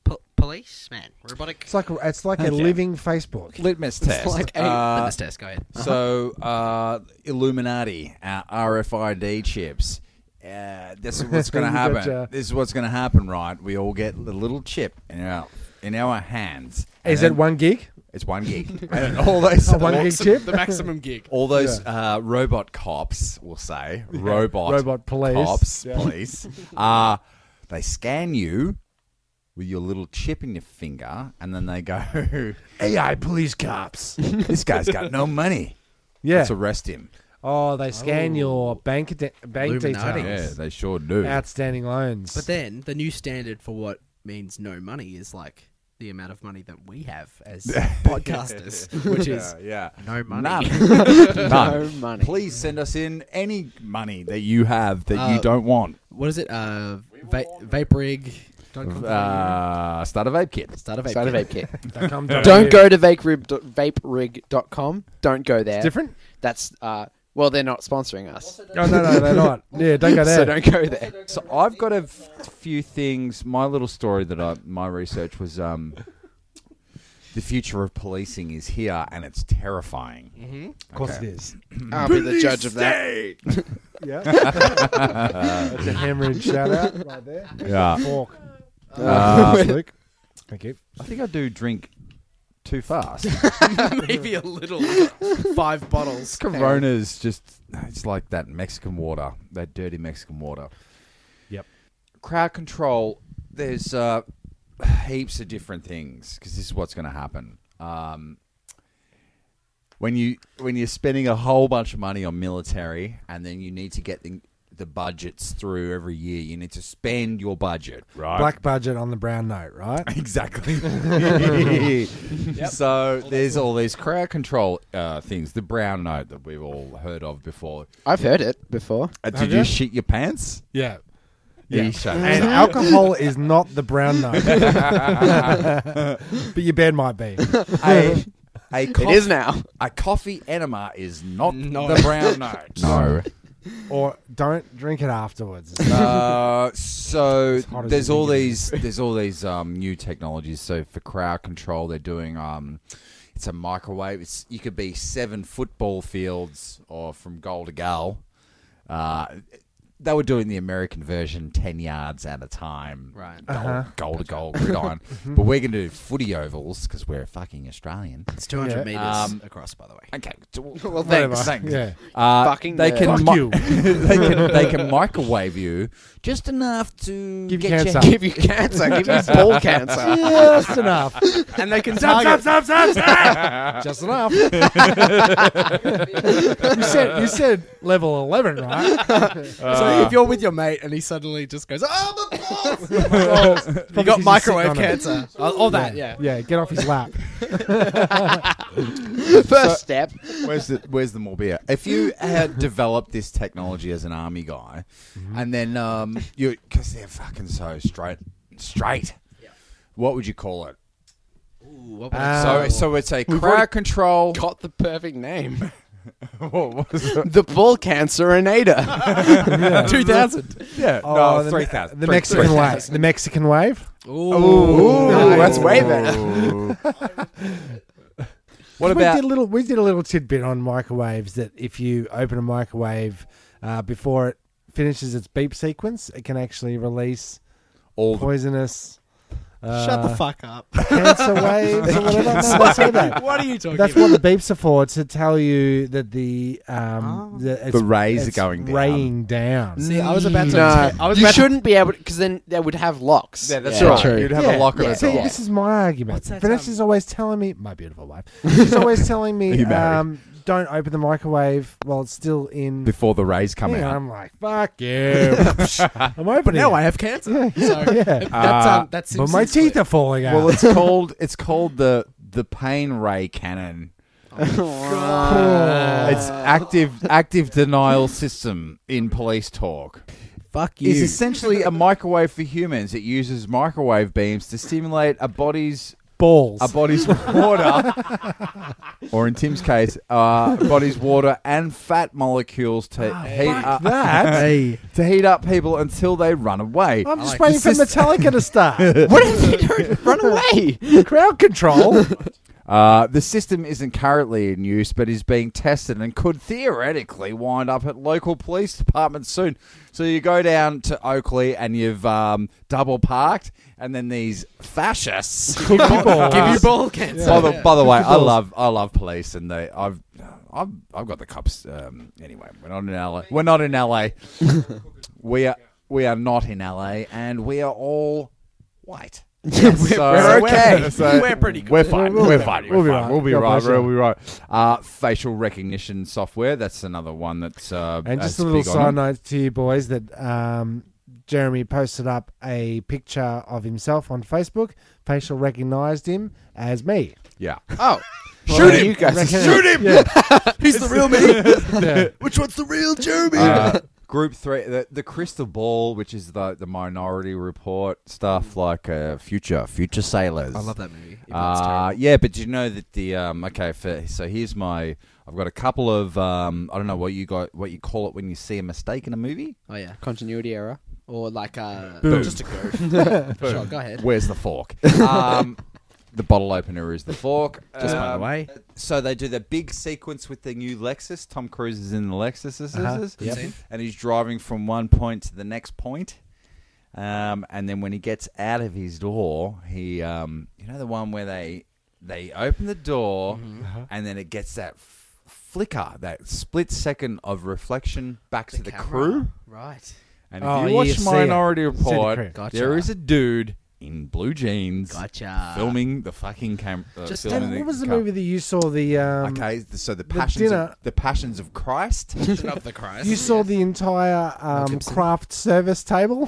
E: po- police man. Robotic.
C: It's like a- it's like a
B: Okay.
C: living Facebook.
B: Litmus test.
E: like a
B: Uh,
E: litmus test. Go ahead.
B: So, uh, Illuminati, uh, RFID chips. Uh, this is what's going to
C: You
B: happen.
C: gotcha.
B: This is what's going to happen, right? We all get a little chip in our in our hands. And
C: Is it
B: then-
C: one gig?
B: It's one gig. and all those
C: one gig chip?
E: The maximum gig.
B: all those uh, robot cops, we'll say robot
C: Robot police.
B: cops,
C: Yeah.
B: police. Uh, they scan you with your little chip in your finger, and then they go,
C: AI police cops.
B: "This guy's got no money.
C: yeah.
B: Let's arrest him."
C: oh, they scan your bank de- bank
E: Illuminati.
C: details.
E: Yeah,
B: they sure do.
C: Outstanding loans.
E: But then the new standard for what means no money is like the amount of money that we have as podcasters, which is
B: Uh, yeah.
E: no money.
B: None. None.
D: No money.
B: Please send us in any money that you have that
E: Uh,
B: you don't want.
E: What is it? Uh, va- vaporig.
B: Uh, start a vape kit.
E: Start a vape.
D: Start a
E: kit.
D: vape kit.
C: Dot com dot au.
D: Don't go to vaperib, vaperig.com. Don't go there.
C: Different?
D: That's, uh, well, they're not sponsoring us.
C: Oh no, no, they're not. Yeah, don't go there.
D: So don't go there.
B: So I've got a f- few things. My little story that I my research was um, the future of policing is here and it's terrifying.
C: of course it is.
D: I'll be the judge of that.
E: Mm-hmm.
C: Yeah. That's a hemorrhage shout out right there.
B: Yeah.
C: Fork.
D: Ah.
C: Thanks, Luke. Thank you.
B: I think I do drink too fast.
E: Maybe a little. Five bottles.
B: Corona's just, it's like that Mexican water, that dirty Mexican water.
C: Yep.
B: Crowd control, there's uh, heaps of different things because this is what's going to happen. Um, when you when you're spending a whole bunch of money on military and then you need to get the, the budgets through every year, you need to spend your budget. Right.
C: Black budget on the brown note, right?
B: Exactly. So there's all these crowd control uh, things. The brown note that we've all heard of before.
D: I've heard it before.
B: Uh, did you,
C: you?
B: shit your pants?
C: Yeah.
B: Yeah. You shut
C: And alcohol is not the brown note, but your bed might be.
B: a, a coff-
D: It is now.
B: A coffee enema is not
E: No.
B: the brown note. no.
C: Or don't drink it afterwards.
B: Uh, so
C: hot as
B: there's
C: it
B: all
C: can get.
B: these there's all these um, new technologies. So for crowd control, they're doing um, it's a microwave. It's you could be seven football fields or from goal to goal. Uh, they were doing the American version, ten yards at a time,
E: Right. Uh-huh. Mm-hmm.
B: Goal, goal to goal gridiron. but we're going to do footy ovals because we're fucking Australian.
E: It's 200 meters
B: Um,
E: across, by the way.
B: Okay, so-
D: Well, thanks.
B: thanks.
C: Yeah.
B: Uh,
D: Fucking
B: they
D: nerd.
B: can
C: Fuck
B: mi-
C: you.
B: they can they can microwave you just enough to
C: Give you
B: get
C: cancer.
D: Give you cancer. Give you ball cancer.
C: Just enough.
E: And they can Uh, target.
C: Just enough. you said you said level eleven, right?
E: so if you're with your mate and he suddenly just goes, oh, the balls!
C: you
E: you got microwave cancer. All, all that, yeah.
C: Yeah, get off his lap.
D: First step.
B: Where's the Where's the more beer? If you had developed this technology as an army guy, and then um, you because they're fucking so straight, straight. What would you call it?
C: Uh,
B: so so it's a crowd control.
D: Got the perfect name.
B: What was it?
D: The ball cancerinator.
E: 2000.
B: Yeah,
C: Oh,
B: no,
C: the-
B: three thousand.
C: The Mexican wave. The Mexican wave.
D: Ooh, that's way better.
B: What
C: we
B: about
C: did a little? We did a little tidbit on microwaves that if you open a microwave uh, before it finishes its beep sequence, it can actually release
B: all the
C: poisonous. Uh,
E: Shut the fuck up.
C: cancer waves or whatever. No, they say that.
E: What are you talking
C: That's
E: about?
C: what the beeps are for to tell you that the um
E: Oh.
C: the, it's-
B: The rays are
C: it's
B: going down.
C: raying down.
E: See, I was about to.
D: No,
E: I was
D: you
E: about to-
D: shouldn't be able to, because then they would have locks.
B: Yeah, that's
E: Yeah.
B: right.
E: True.
B: You'd have
C: Yeah.
B: a locker
D: Yeah.
B: as
C: See,
B: a
D: Yeah.
B: lock.
C: this is my argument.
E: What's that,
C: Vanessa's always telling me, my beautiful wife, she's always telling
B: Are
C: me,
B: you married?
C: um, don't open the microwave while it's still in.
B: before the rays come
C: thing. And
B: out.
C: I'm like, fuck you. I'm opening.
E: But now
C: it.
E: I have cancer. So
C: yeah.
E: that's, um, that's
C: But my teeth are falling out.
B: Well, it's called it's called the the pain ray cannon. it's
C: Uh,
B: active active denial system in police talk.
E: Fuck
B: Is essentially a microwave for humans. It uses microwave beams to stimulate a body's
C: balls.
B: a body's water, or in Tim's case, uh, body's water and fat molecules to heat up
C: Ah, that.
B: to heat up people until they run away.
C: I'm just waiting for Metallica to start.
D: What if they don't run away?
C: Crowd control.
B: Uh, the system isn't currently in use, but is being tested and could theoretically wind up at local police departments soon. So you go down to Oakley and you've um, double parked, and then these fascists.
C: Give you balls.
E: Give you ball cancer.
B: by, the, by the way, I love I love police, and they I've I've, I've got the cops. Um, anyway, we're not in LA. We're not in LA. we are we are not in LA, and we are all white. So-
D: we're okay.
B: so-
E: We're pretty good.
B: We're fine. We're, fine. We'll be right. We'll be
C: God
B: right.
C: bless you.
B: We'll be right. Uh, facial recognition software. That's another one that's. Uh,
C: And just
B: that's
C: a little
B: big on
C: side
B: them.
C: note to you boys that um, Jeremy posted up a picture of himself on Facebook. Facial recognized him as me.
B: Yeah.
D: Oh. Shoot him! You guys
C: Shoot him! Yeah,
E: He's the real me.
C: yeah.
E: Which one's the real Jeremy?
B: Uh, group three, the, the crystal ball, which is the the minority report stuff, like uh, future future sailors.
E: Mm. I love that movie.
B: Uh, yeah, but do you know that the um, okay? For, so here's my. I've got a couple of um, I don't know what you got what you call it when you see a mistake in a movie.
E: oh yeah.
D: Continuity error.
E: Or like uh,
C: Boom.
E: just a go. sure, go ahead.
B: Where's the fork? um, the bottle opener is the fork.
E: Just by the
B: Um,
E: way.
B: So they do the big sequence with the new Lexus. Tom Cruise is in the Lexus,
C: Uh-huh. Yep.
B: and he's driving from one point to the next point. Um, and then when he gets out of his door, he, um, you know, the one where they they open the door and then it gets that f- flicker, that split second of reflection back to the crew.
E: Right.
B: And if
C: Oh,
B: you
C: you
B: watch
C: see
B: Minority
C: it. See the
B: Report,
C: crew.
E: Gotcha.
B: there is a dude in blue jeans
E: Gotcha.
B: filming the fucking camera. Uh,
E: Just-
B: filming
C: what was the
B: car.
C: movie that you saw? The um,
B: Okay, th- so the passions,
C: dinner-
B: of, the passions of Christ.
E: Of the Christ.
C: You saw the entire um,
E: Gibson.
C: craft service table.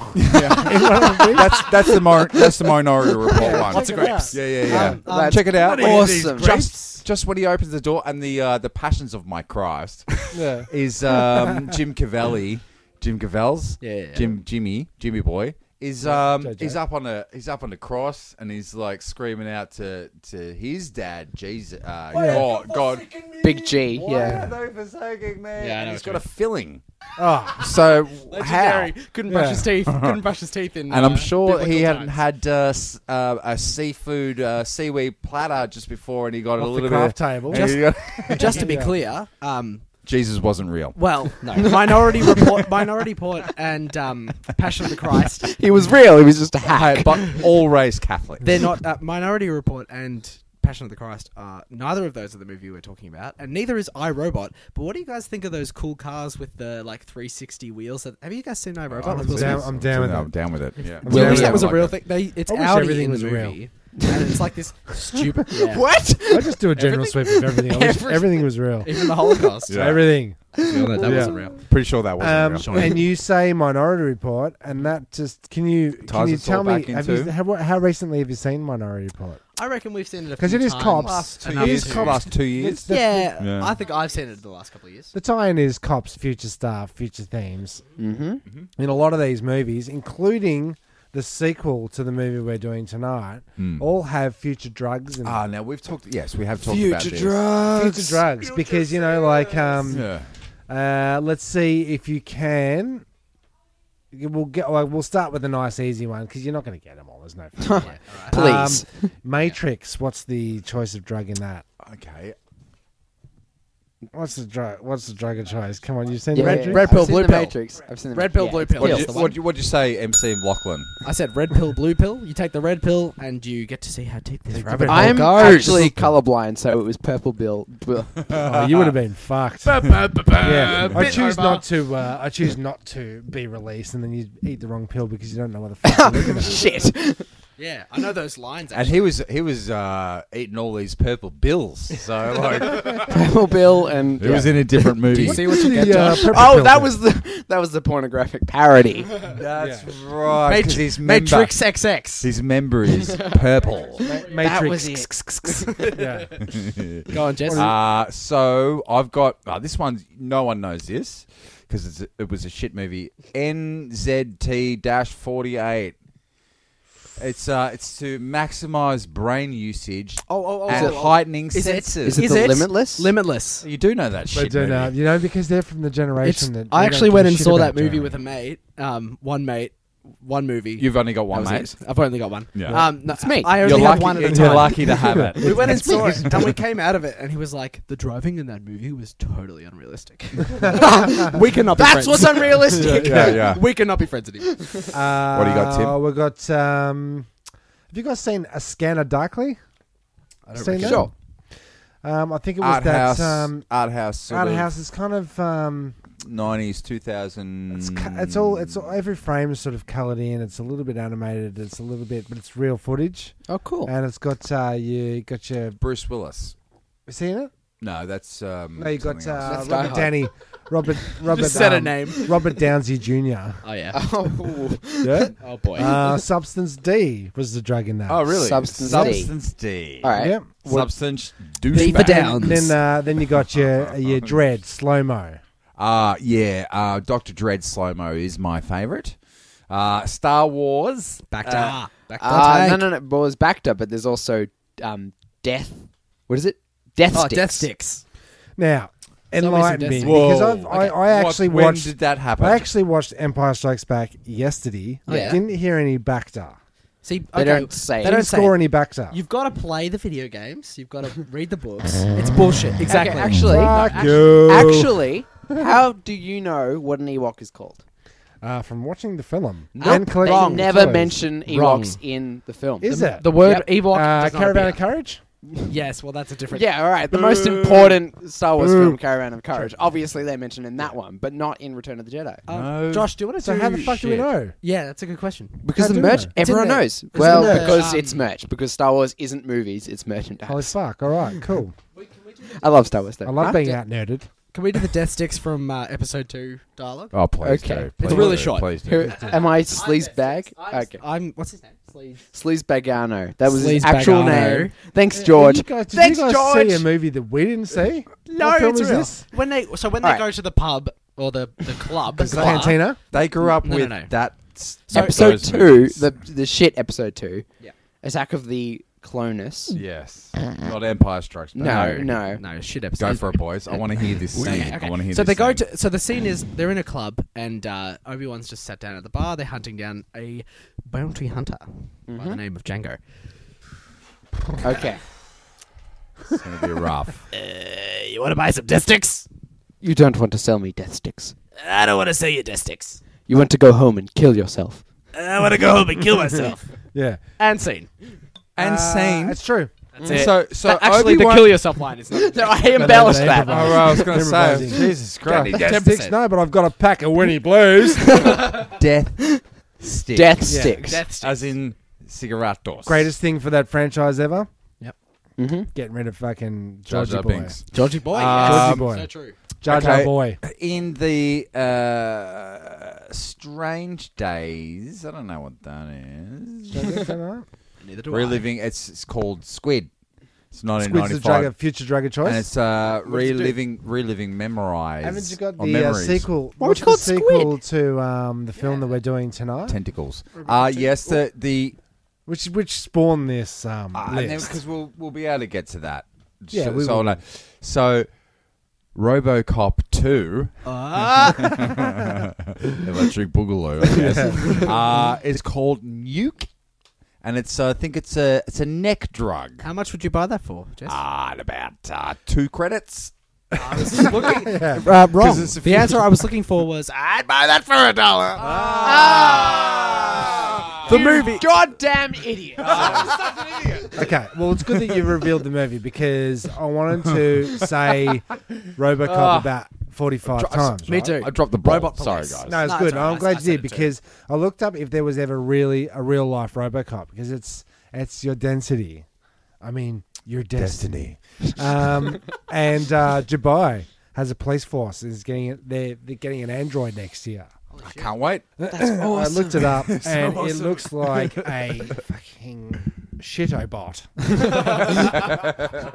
B: that's that's the mar- that's the Minority Report one.
C: Lots of grapes.
B: Yeah, yeah, yeah.
D: Um, That's
B: Check it out.
D: Awesome.
B: Just just when he opens the door and the uh, the passions of my Christ
C: yeah.
B: is um, Jim Cavelli, Jim Cavell's,
E: Yeah, yeah, yeah.
B: Jim Jimmy Jimmy Boy is um
C: Jojo.
B: he's up on a he's up on the cross and he's like screaming out to to his dad Jesus uh, God God
D: Big G, yeah.
B: Why are they forsaking me?
E: I
B: and
E: know
B: he's
E: what you Ah.
B: got a filling.
C: Oh,
B: So how?
E: Legendary. Couldn't
C: Yeah.
E: brush his teeth. Couldn't brush his teeth in.
B: And I'm
E: uh,
B: sure
E: biblical
B: he hadn't
E: times.
B: had uh, s- uh, a seafood uh, seaweed platter just before, and he got a
C: off the
B: little bit.
C: craft
B: Of,
C: table.
B: and he got-
E: Just to be
C: Yeah.
E: clear, um,
B: Jesus wasn't real.
E: well, no, Minority Report, Minority Report, and um, Passion of the Christ.
D: He was real. He was just a hack.
B: Hey, but all raised Catholic.
E: They're not uh, Minority Report and Passion of the Christ. Are, neither of those are the movie we're talking about, and neither is I Robot. But what do you guys think of those cool cars with the like 360 wheels? That, have you guys seen I Robot? with Will
C: down-
E: Smith?
C: I'm down with
B: I'm
C: it.
B: down with it. Yeah.
E: Do you
C: down
E: wish
C: with
E: that
C: it.
E: was a
B: Like
E: real
B: that.
E: thing? They, it's
C: I wish
E: Audi
C: everything
E: in the
C: was real.
E: movie, and it's like this stupid. yeah.
D: What?
C: I just do a general sweep of everything. I wish
E: Everything.
C: everything was real.
E: Even the Holocaust.
B: Yeah.
C: Everything.
E: that
C: Yeah.
E: wasn't real.
B: Pretty sure that
C: Um,
B: wasn't real.
C: and you say Minority Report, and that just can you can
B: Ties
C: you
B: us
C: tell
B: all
C: me
B: back
C: have
B: into-
C: you, how, how recently have you seen Minority Report?
E: I reckon we've seen it
C: Because
E: because
C: it is cops.
B: Last two
C: Enough.
B: years.
C: It is cops.
B: Last two years.
C: The-
E: Yeah,
B: Yeah.
E: I think I've seen it the last couple of years.
C: The tie-in is cops, future stuff, future themes
D: Mm-hmm.
C: in a lot of these movies, including the sequel to the movie we're doing tonight. All have future drugs and
B: Ah, now we've talked. Yes, we have talked about this.
C: future drugs because you know, like um,
B: Yeah.
C: Uh, let's see if you can. We'll get. Well, we'll start with a nice, easy one because you're not going to get them all. There's no fucking way.
D: Please.
C: Um, Matrix. What's the choice of drug in that?
B: Okay.
C: What's the drug? What's the drug of choice? Come on, you've seen
D: Yeah,
C: Matrix.
D: yeah,
E: Red
D: I've
E: pill,
D: seen
E: blue
D: the
E: pill.
D: Matrix. I've seen the
E: Red pill, blue pill.
B: What
E: Yes,
B: did
E: the
B: you,
E: one.
B: what, would you say, MC and Lachlan?
E: I said red pill, blue pill. You take the red pill, and you get to see how deep this rabbit hole
D: I'm
E: goes.
D: actually colorblind, so it was purple bill. bill.
C: Oh, you would have been fucked. yeah, I
E: Bit
C: choose
E: over.
C: not to. Uh, I choose not to be released, and then you eat the wrong pill because you don't know what the fuck. you're looking at.
D: Shit.
E: Yeah, I know those lines.
B: And
E: Actually.
B: he was he was uh, eating all these purple bills. So like,
D: Purple bill and.
B: it was in a different movie.
E: what you
C: The, uh, purple
D: Oh,
C: pill
D: that
C: thing.
D: was the that was the pornographic parody.
B: That's right. 'cause his member,
E: Matrix XX.
B: His member is purple.
C: Matrix.
E: it.
C: Yeah.
E: Go on, Jess.
B: Uh, so I've got uh, this one. No one knows this because it was a shit movie. NZT forty eight. It's uh, it's to maximize brain usage
E: oh, oh, oh.
B: and
E: oh, oh.
B: heightening
E: it-
B: senses.
D: Is it
E: Is
D: the
E: it?
D: Limitless?
E: Limitless.
B: you do know that
C: They
B: shit.
C: don't
B: movie.
C: know, uh, you know, because they're from the
E: It's,
C: generation that
E: I
C: they don't
E: actually
C: give
E: went
C: a
E: and
C: shit
E: saw
C: about
E: that movie
C: doing
E: with a mate. Um, one mate, one movie.
B: You've only got
E: That
B: one,
E: was
B: mate.
E: it. I've only got one.
B: Yeah.
E: Um, no,
D: It's me.
E: I only
B: You're
E: have
B: lucky,
E: one at a time.
B: you're lucky to have it.
E: We went and saw it, and we came out of it, and he was like, "The driving in that movie was totally unrealistic. we cannot. Be
D: That's what's
E: unrealistic.
B: Yeah, yeah, yeah.
E: We cannot be friends anymore.
C: Uh,
B: What do you got, Tim?
C: We got. Um, have you guys seen a Scanner Darkly? I don't seen that?
D: Sure.
C: Um, I think it was
B: Art
C: that
B: house,
C: um,
B: art house, sort
C: art house is kind of. Um,
B: nineties, two thousand.
C: it's, cu- it's all. It's all, every frame is sort of coloured in. It's a little bit animated. It's a little bit, but it's real footage,
D: Oh, cool.
C: and it's got uh, you got your you
B: Bruce Willis.
C: seen it.
B: No, that's um.
C: No, you got
B: Mm, something else.
C: uh,
D: That's Die
C: Robert
D: Hard.
C: Danny, Robert Robert
E: Just said a
C: um,
E: name.
C: Robert Downsy Jr.
E: Oh yeah.
D: Oh,
C: Yeah,
E: Oh boy.
C: uh, Substance D was the drug in that.
B: oh really?
D: Substance D.
B: Substance D.
D: all right.
C: Yep.
B: Substance
E: D for
B: douchebag.
E: Downs.
C: Then uh, then you got your your dread slow mo.
B: Uh, yeah, uh, Dr. Dread Slow Mo is my favourite. Uh, Star Wars.
E: back to
B: uh,
E: back to
D: Uh, no, no, no. Well, it's backed up, but there's also um, death. What is it? Death
E: Oh,
D: sticks.
E: death sticks.
C: Now enlighten me
E: Destiny.
C: because I've,
B: Whoa.
C: I
B: Okay.
C: I actually
B: what,
C: watched
B: When did that happen?
C: I actually watched Empire Strikes Back yesterday. I
E: Yeah.
C: didn't hear any Bacta.
E: See,
D: They
E: okay,
D: don't say.
E: They
C: Didn't
E: don't say.
C: score
E: it.
C: any Bacta.
E: You've got to play the video games. You've got to read the books. It's bullshit. Exactly.
D: actually-
C: Fuck
D: Actually,
C: you.
D: Actually, how do you know what an Ewok is called?
C: uh, from watching the film.
D: Nope, they
C: collecting
D: never
C: toys.
D: mention
E: Wrong.
D: Ewoks in the film.
C: Is
D: The-
C: it
E: The word
D: Yep.
E: Ewok.
C: uh,
E: does not
C: Caravan
E: appear.
C: of Courage?
E: Yes, well, that's a different.
D: Yeah, all right. The most important Star Wars film, Caravan of Courage. Obviously, they mention in that one, but not in Return of the Jedi.
E: Uh,
B: No
E: Josh, do you want to?
C: So how the fuck do we know?
E: Yeah, that's a good question.
D: Because
C: How
D: the
C: do we
D: merch,
C: know?
D: everyone
E: in there.
D: knows.
E: It's
D: Well,
E: in there.
D: because
E: Um,
D: it's merch. Because Star Wars isn't movies; it's
C: Holy
D: merchandise.
C: fuck! All right, cool.
D: I love Star Wars though.
C: Oh, I love
E: Huh?
C: being out nerded.
E: Can we do the death sticks from uh, episode two dialogue?
B: Oh, please
D: Okay.
B: do.
D: It's
B: Please
E: really
B: do.
E: short.
B: Please do.
D: Who, am I Sleaze Bag?
E: I'm,
D: Okay,
E: I'm. What's his name? Sleaze.
D: Sleaze Bagano. That was his
E: Sleaze
D: actual
E: Bagano.
D: name. Thanks,
C: Did
D: George.
C: you guys, did
D: Thanks,
C: you guys see a
D: George.
C: movie that we didn't see?
E: No,
C: what film
E: it's
C: is
E: real.
C: this?
E: When they so when
D: All
E: they
D: right.
E: go to the pub or the the club, the
C: The
E: bar,
C: Cantina.
B: They grew up
E: No,
B: with
E: no, no.
B: that.
D: episode two, the
B: The
D: the shit episode two.
E: Yeah.
D: Attack of the Clonus.
B: yes, not Empire Strikes Back.
D: No, no.
E: no shit episode.
B: Go for it, boys. I want to hear this scene.
E: Okay.
B: I want to hear.
E: so they
B: this
E: go
B: scene.
E: to so the scene is they're in a club and uh, Obi Wan's just sat down at the bar. They're hunting down a bounty hunter by
B: Mm-hmm.
E: the name of Django.
D: Okay,
B: It's going to be rough.
E: Hey, Uh, you want to buy some death sticks?
D: you don't want to sell me death sticks.
E: I don't want to sell you death sticks.
D: You want to go home and kill yourself.
E: I want to go home and kill myself.
C: Yeah,
E: and scene.
B: and
C: Uh,
B: scene.
C: it's true.
B: So, so
E: Actually, the
B: Obi-Wan-
E: kill yourself line is not.
D: No, I embellished
C: they
D: that.
C: improvise.
B: Oh, well, I was going to
C: They're
B: say,
C: revising.
B: Jesus Christ,
C: Death sticks, no, but I've got a pack of Winnie Blues.
B: death stick,
D: Death sticks.
E: Death sticks.
B: as in cigarettos.
C: Greatest thing for that franchise ever.
E: Yep.
D: Mhm.
C: Getting rid of fucking
B: Jar
C: Georgie
B: Jar
C: Boy.
B: Binks.
E: Georgie boy.
C: Georgie
E: yes.
C: Boy.
E: Uh, um, So true.
C: Jar Jar
B: Okay.
C: Boy.
B: In the uh, strange days, I don't know what that is.
E: Neither do
B: Reliving. It's, it's called Squid. It's
C: Squid's the
B: 1995.
C: drug of future drug of
B: And
C: choice.
B: it's uh,
C: does it do?
B: reliving, reliving, memorize.
C: Haven't you got
B: or
C: the uh,
B: memories.
C: sequel?
D: Why would
C: what's
D: you call
C: the
D: it
C: sequel to um, the film that we're doing tonight?
B: Tentacles. Uh, yes, the the
C: which which spawned this um,
E: Ah,
C: list?
B: because we'll we'll be able to get to that.
C: Yeah,
B: so,
C: we
B: so,
C: will.
B: no. so RoboCop two, Electric Boogaloo, I guess. uh, is called Nuke, and it's uh, I think it's a it's a neck drug.
E: How much would you buy that for, Jess?
B: Ah, and about uh, two credits.
E: Uh, wrong.
B: 'Cause it's a
E: The answer I was looking for was I'd buy that for a dollar. The movie.
D: Goddamn idiot.
C: okay, well, it's good that you revealed the movie because I wanted to say RoboCop about forty-five times.
E: Ah. Me
C: right?
E: too.
B: I dropped the ball.
E: Robot
B: Sorry,
E: police.
B: guys.
C: No, it's
E: No,
C: good.
E: it's alright.
C: I'm glad
E: I
C: you
E: said
C: did
E: it too.
C: because I looked up if there was ever really a real life RoboCop because it's it's your density. I mean, your destiny. um, and uh, Dubai has a police force and is getting it. They're, they're getting an android next year.
B: I can't wait.
C: I looked it up and it looks like a fucking shitobot.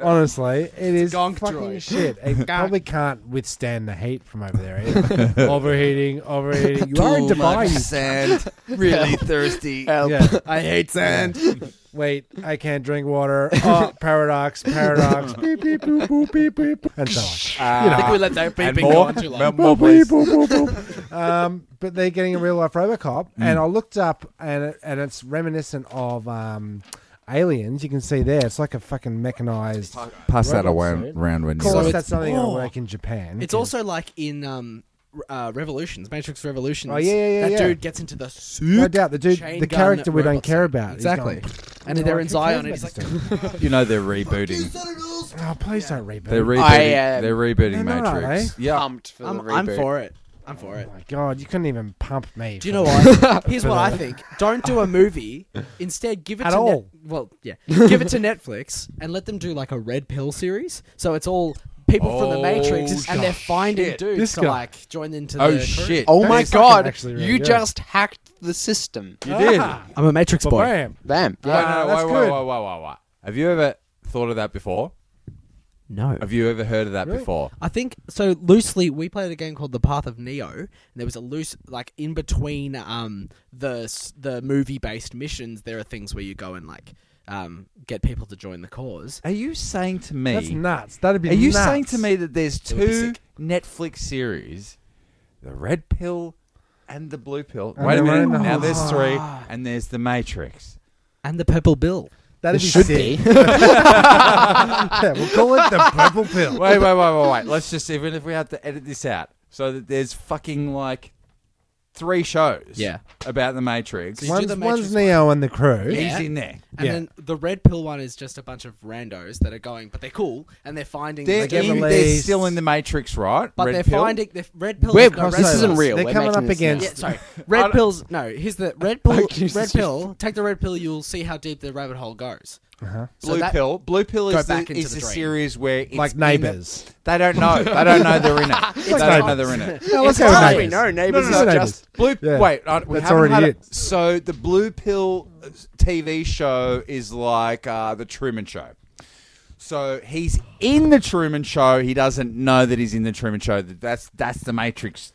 C: Honestly, it is
E: gonk
C: fucking
E: droid.
C: shit. It probably can't withstand the heat from over there. Either. overheating, overheating. You are in
B: Too much
C: Dubai, you
B: sand. Really thirsty.
C: Yeah.
E: I hate sand.
C: Wait, I can't drink water. Oh, paradox, paradox. beep, beep, boop, boop, beep, beep. And so on.
E: I think we let that
B: and
E: beeping go
B: more,
E: on too long.
B: more,
C: Beep,
B: please.
C: boop, boop, boop. um, but they're getting a real life Robocop. And I looked up, and, it, and it's reminiscent of um, Aliens. You can see there, it's like a fucking mechanized. Of
B: Pass that
C: Robot
B: around,
C: suit.
B: around when
C: course,
B: you're
E: it's-
C: that's something that'll
E: oh.
C: work in Japan.
E: It's also like in um, uh, Revolutions, Matrix Revolutions.
C: Oh, yeah, yeah, yeah,
E: That
C: yeah.
E: dude gets into the suit.
C: No doubt, the dude,
E: chain
C: the
E: gun
C: character we don't
E: robot
C: care
E: suit.
C: about. is
E: Exactly.
C: going,
E: And
C: "Oh,
E: they're
C: I can't care
E: in Zion, and
C: about
E: he's like,
C: this dude."
B: You know they're rebooting.
C: "Oh, please don't reboot."
B: They're rebooting.
D: I, uh,
B: they're eh? rebooting
C: they're not,
B: Matrix.
C: are
B: Yeah.
D: Pumped for the
E: I'm, I'm
D: reboot.
E: for it. I'm for it.
C: oh my god, you couldn't even pump me.
E: Do you know what? Here's what I think. Don't do a movie. Instead, give it
C: At
E: to Net-
C: all.
E: well, yeah, give it to Netflix and let them do like a Red Pill series. So it's all people from the
B: Oh,
E: Matrix, and they're finding dudes
C: This
E: to
C: guy.
E: like join into.
B: Oh
E: the crew.
B: shit!
D: Oh
C: That
D: my
C: is fucking
D: god!
C: actually really
D: you
C: good.
D: just hacked the system.
B: you did.
E: I'm a Matrix
C: But
E: boy.
C: bam.
D: Bam.
B: Wait, no, no,
C: that's
B: wait,
C: good.
B: wait, wait, wait, wait, wait. Have you ever thought of that before?
E: No.
B: Have you ever heard of that before?
E: I think so. Loosely, we played a game called The Path of Neo, and there was a loose, like in between um, the s- the movie based missions. There are things where you go and like um, get people to join the cause.
B: Are you saying to me?
C: That's nuts. That'd be.
B: are you
C: nuts.
B: saying to me that there's
E: would be
B: two
E: sick.
B: Netflix series, the Red Pill and the Blue Pill?
C: And
B: Wait a
C: they're
B: minute.
C: in the Ah.
B: Now there's three, and there's the Matrix.
E: And the Purple Bill.
C: That'd
D: It
C: be
D: should
C: sick.
D: be.
C: yeah, we'll call it the purple pill.
B: Wait, wait, wait, wait, wait. Let's just even if we have to edit this out, so that there's fucking like three shows
E: Yeah.
B: about the Matrix.
E: So you do
C: One's,
E: the
C: one's
E: Matrix
C: Neo and the crew.
E: Yeah.
B: He's in there.
E: And
C: Yeah.
E: then the red pill one is just a bunch of randos that are going, but they're cool and they're finding.
B: They're,
E: they get
C: in-
B: in, they're
C: released.
B: still in the Matrix, right?
E: but
B: Red
E: they're
B: pill?
E: finding the red pill.
D: We're-
E: is no,
D: this
E: red
D: isn't
E: pill.
D: real.
C: They're
D: We're
C: coming
D: making
C: up
D: this now.
E: Yeah,
C: against.
E: sorry. Red pills. No, here's the red pill.
D: Okay,
E: red
D: just-
E: pill. Take the red pill. You'll see how deep the rabbit hole goes. So
B: Blue
E: that-
B: pill. Blue pill
E: Go
B: is the,
E: back into
B: is
E: the
B: the
E: drain.
B: series where it's
C: Like
B: in the-
C: Neighbours.
B: they don't know. They don't know they're in it. they don't know they're in it.
C: No, let's
D: As
C: go
D: far
C: with
D: as we
C: Neighbours.
D: know,
B: No,
D: neighbors
B: no,
D: is
B: no.
C: Neighbours.
D: just
B: Blue.
C: Yeah.
B: Wait, I, we
C: That's
B: haven't
C: already
B: had
C: it.
B: So the blue pill TV show is like uh, the Truman Show. So he's in the Truman Show. He doesn't know that he's in the Truman Show. That- That's that's the Matrix show.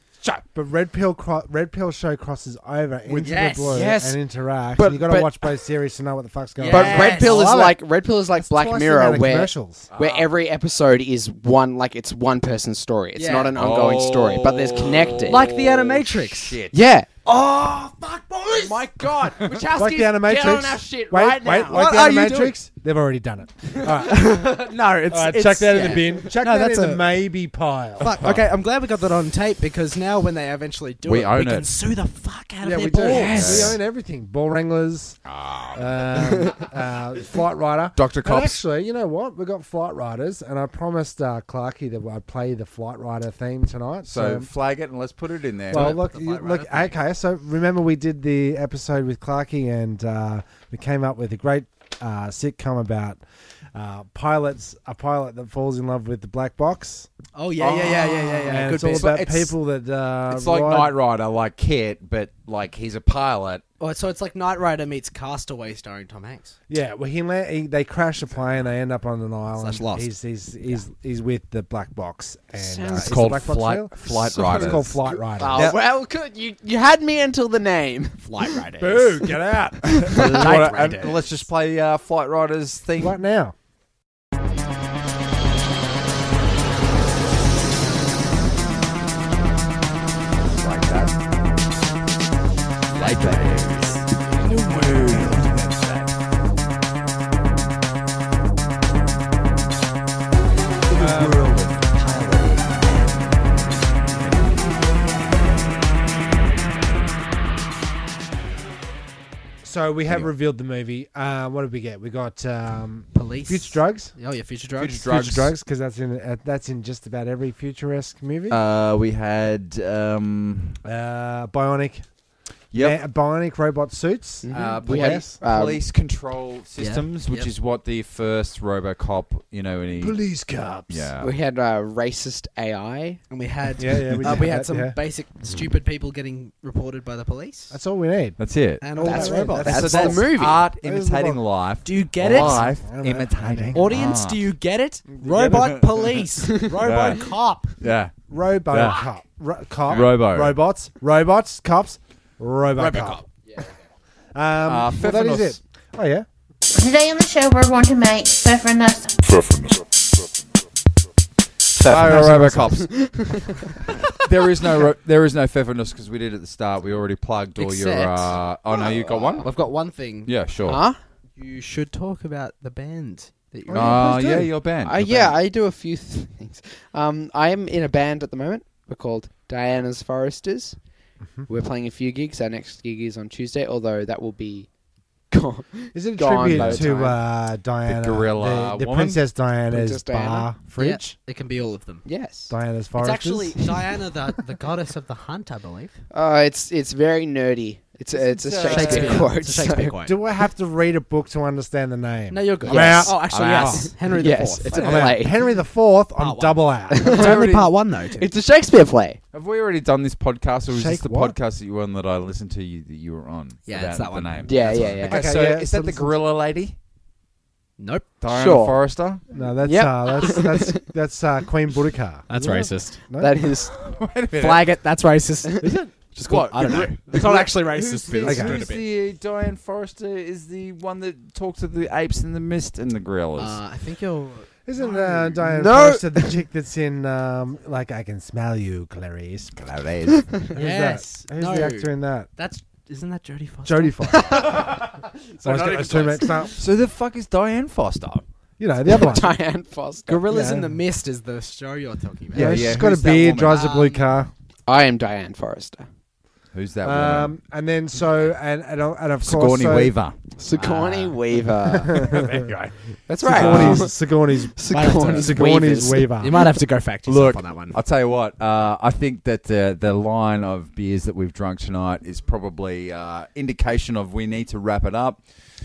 C: But Red Pill cro- Red Pill show crosses over into
E: Yes,
C: the blue
D: yes.
C: and interacts.
D: But-
C: and you got to
D: but-
C: watch both series to know what the fuck's going
D: But
C: on.
D: red pill
C: I
D: is
C: love it.
D: like red pill is like Black
C: twice the amount
D: Mirror,
C: of
D: where
C: commercials. Ah.
D: where every episode is one like it's one person's story. It's
E: Yeah.
D: not an ongoing story, but
C: Oh.
D: there's connected.
E: Like the Animatrix.
B: Shit.
D: yeah,
E: Oh fuck, boys!
D: my god, Wachowski,
C: Like the Animatrix.
D: get on our shit
C: wait,
D: right
C: wait, like
D: now.
E: What
C: the
E: are you
C: Animatrix. They've already done it. All right,
E: no, it's,
C: all right
E: it's
C: chuck that in
E: yeah.
C: the bin. Chuck
E: No,
C: that
E: that's
C: in the
E: a-
C: maybe pile.
E: Fuck. Okay, I'm glad we got that on tape because now when they eventually do
B: We
E: it, we
B: own
E: can
B: it.
E: sue the fuck
C: Yeah,
E: out of their
C: we do.
E: balls.
C: We own everything. Ball wranglers, um, uh, flight rider,
B: Dr.
C: And
B: Cops.
C: Actually, you know what? We got flight riders, and I promised uh, Clarky that I'd play the flight rider theme tonight.
B: So
C: So,
B: flag it and let's put it in there.
C: um, well, look, you- look. Okay, so remember we did the episode with Clarky, and uh, we came up with a great uh, sitcom about uh, pilots, a pilot that falls in love with the black box,
E: Oh yeah, yeah, yeah, yeah, yeah, yeah.
C: and
E: Good
C: it's all
E: bit.
C: about
B: It's-
C: people that. Uh,
B: it's like
C: ride-
B: Knight Rider, like Kit, but like he's a pilot.
E: Oh, so it's like Knight Rider meets Castaway, starring Tom Hanks.
C: Yeah, well, he, la- he they crash a plane. They end up on an island.
E: Slash Lost.
C: He's he's he's, he's with the black box. And uh,
D: Sounds-
C: is
D: It's
C: the black box real?
B: Flight
C: It's called Flight Rider.
D: Oh,
B: Now-
D: well, good. You you had me until the name.
E: Flight Rider.
C: Boo! Get out
B: Wanna- and let's just play uh, Flight Riders thing.
C: right now.
B: Like that.
C: So we have revealed the movie. Uh, what did we get? We got um,
E: Police.
C: Future Drugs.
E: Oh yeah, Future Drugs.
B: Future Drugs.
C: Future Drugs, because that's in uh, that's in just about every futuresque movie. Uh,
B: Uh, we had um,
C: bionic,
B: yep.
C: uh, bionic robot suits.
B: Uh,
D: We had,
B: police,
D: um,
B: police control systems, which
E: Mm-hmm. Yep.
B: is what the first RoboCop, you know, any
C: Police cops.
B: yeah,
D: We had uh, racist AI.
E: And we had
C: Yeah, yeah. We,
E: uh,
C: did
E: we had
C: that,
E: some
C: yeah.
E: basic stupid people getting reported by the police.
C: That's all we need.
B: that's it.
E: And all
D: That's
E: that
D: right.
E: robots.
D: That's-
B: so
D: the movie.
B: Art
C: That is the
B: imitating
C: one.
B: life.
E: do you get it?
B: Life
C: I don't know.
B: imitating
E: Uh, Audience,
B: art.
E: do you get it? Robot police, robot
B: Yeah.
E: cop.
B: Yeah,
C: Robo
B: Yeah.
C: cop. Ro- cop.
B: Robo.
C: Robots. Robots. Cops. Robo cop.
B: Uh,
C: Um, well, that is
B: Pfeffernuss.
C: it. Oh yeah.
J: Today on the show, we're going to make pfeffernuss.
B: no RoboCops. there is no ro- there is no Fevinus because we did at the start. We already plugged all your.
E: Except-
B: Uh, oh no, you got one.
E: I've got one thing.
B: Yeah, sure.
D: Huh?
E: You should talk about the band that you're.
B: Uh,
C: please do.
B: yeah, your band.
D: Uh,
B: your
D: yeah,
B: band.
D: I do a few things. Um, I am in a band at the moment. We're called Diana's Foresters.
E: Mm-hmm.
D: We're playing a few gigs. Our next gig is on Tuesday, although that will be gone.
C: Is it a
D: Gone by
C: tribute
D: the
C: to
D: time.
C: uh, Diana,
B: gorilla
C: the, the
B: woman?
C: Princess Diana's
D: Princess Diana?
C: bar fridge?
E: Yeah, it can be all of them.
D: yes.
C: Diana's
E: It's
C: forest.
E: actually Diana, the, the goddess of the hunt, I believe.
D: Uh, it's it's very nerdy. It's a, it's a
B: It's, uh,
D: Shakespeare,
B: Shakespeare.
D: quote.
E: It's a Shakespeare
D: so-
E: quote.
C: Do I have to read a book to understand the name?
E: No, you're good.
D: I'm Yes. out.
E: Oh, actually,
B: I'm
E: yes. Henry the
D: Yes,
E: Fourth.
D: it's a
C: I'm out.
D: play.
C: Henry the Fourth on
E: one.
C: double out.
E: It's only part one though.
D: It's a Shakespeare play.
B: Have we already done this podcast, or is
C: Shake
B: this the
C: what?
B: podcast that you were on that I listened to you that you were on?
E: Yeah,
B: about
E: it's that
B: the
E: one.
B: Name.
D: Yeah, yeah, yeah.
B: Okay,
C: Okay,
B: so
C: yeah,
B: is
C: so
B: that the
C: listen-
B: gorilla lady,
E: nope.
B: Diana
D: Sure.
B: Forrester?
C: no, that's
D: Yep.
C: uh, that's that's that's uh, Queen Boudica.
E: That's racist.
C: No?
D: That is
B: Wait a minute.
E: Flag it. That's racist. Is it? Just call it.
B: What?
E: I don't know. It's not actually
B: Who's
E: racist.
B: the,
E: but it's
C: Okay.
E: doing a
B: who's
E: bit.
B: the uh, Diane Forrester? Is the one that talks to the apes in the mist and the gorillas?
E: Uh, I think you're.
C: Isn't uh, Diana
D: No.
C: Forrester the chick that's in um, like I can smell you, Clarice? Who's
E: yes.
C: that? Who's
E: no.
C: the actor in that?
E: That's isn't that Jodie Foster?
C: Jodie Foster. so I
B: not
C: was getting
B: even
C: those two
B: close.
C: mixed up.
B: so the fuck is Diane Foster?
C: You know the other one.
D: Diane Foster.
E: Gorillas
C: Yeah.
E: in the Mist is the show you're talking about.
C: Yeah,
B: Yeah,
C: she's
B: yeah,
C: got a
B: who's that
C: beard,
B: woman?
C: drives a blue
E: Um,
C: car.
D: I am Diane Forrester.
B: Who's that woman?
C: Um, and then so and and, and of course
B: Sigourney
C: so-
B: Weaver.
D: Sigourney Weaver.
C: There you go.
D: That's right.
C: Sigourney's Sigourney's
D: Sigourney's
C: Sigourney's
D: Weavers.
C: Weaver.
E: You might have to go fact yourself
B: Look,
E: on that one.
B: I'll tell you what. Uh, I think that the the line of beers that we've drunk tonight is probably uh, indication of we need to wrap it up.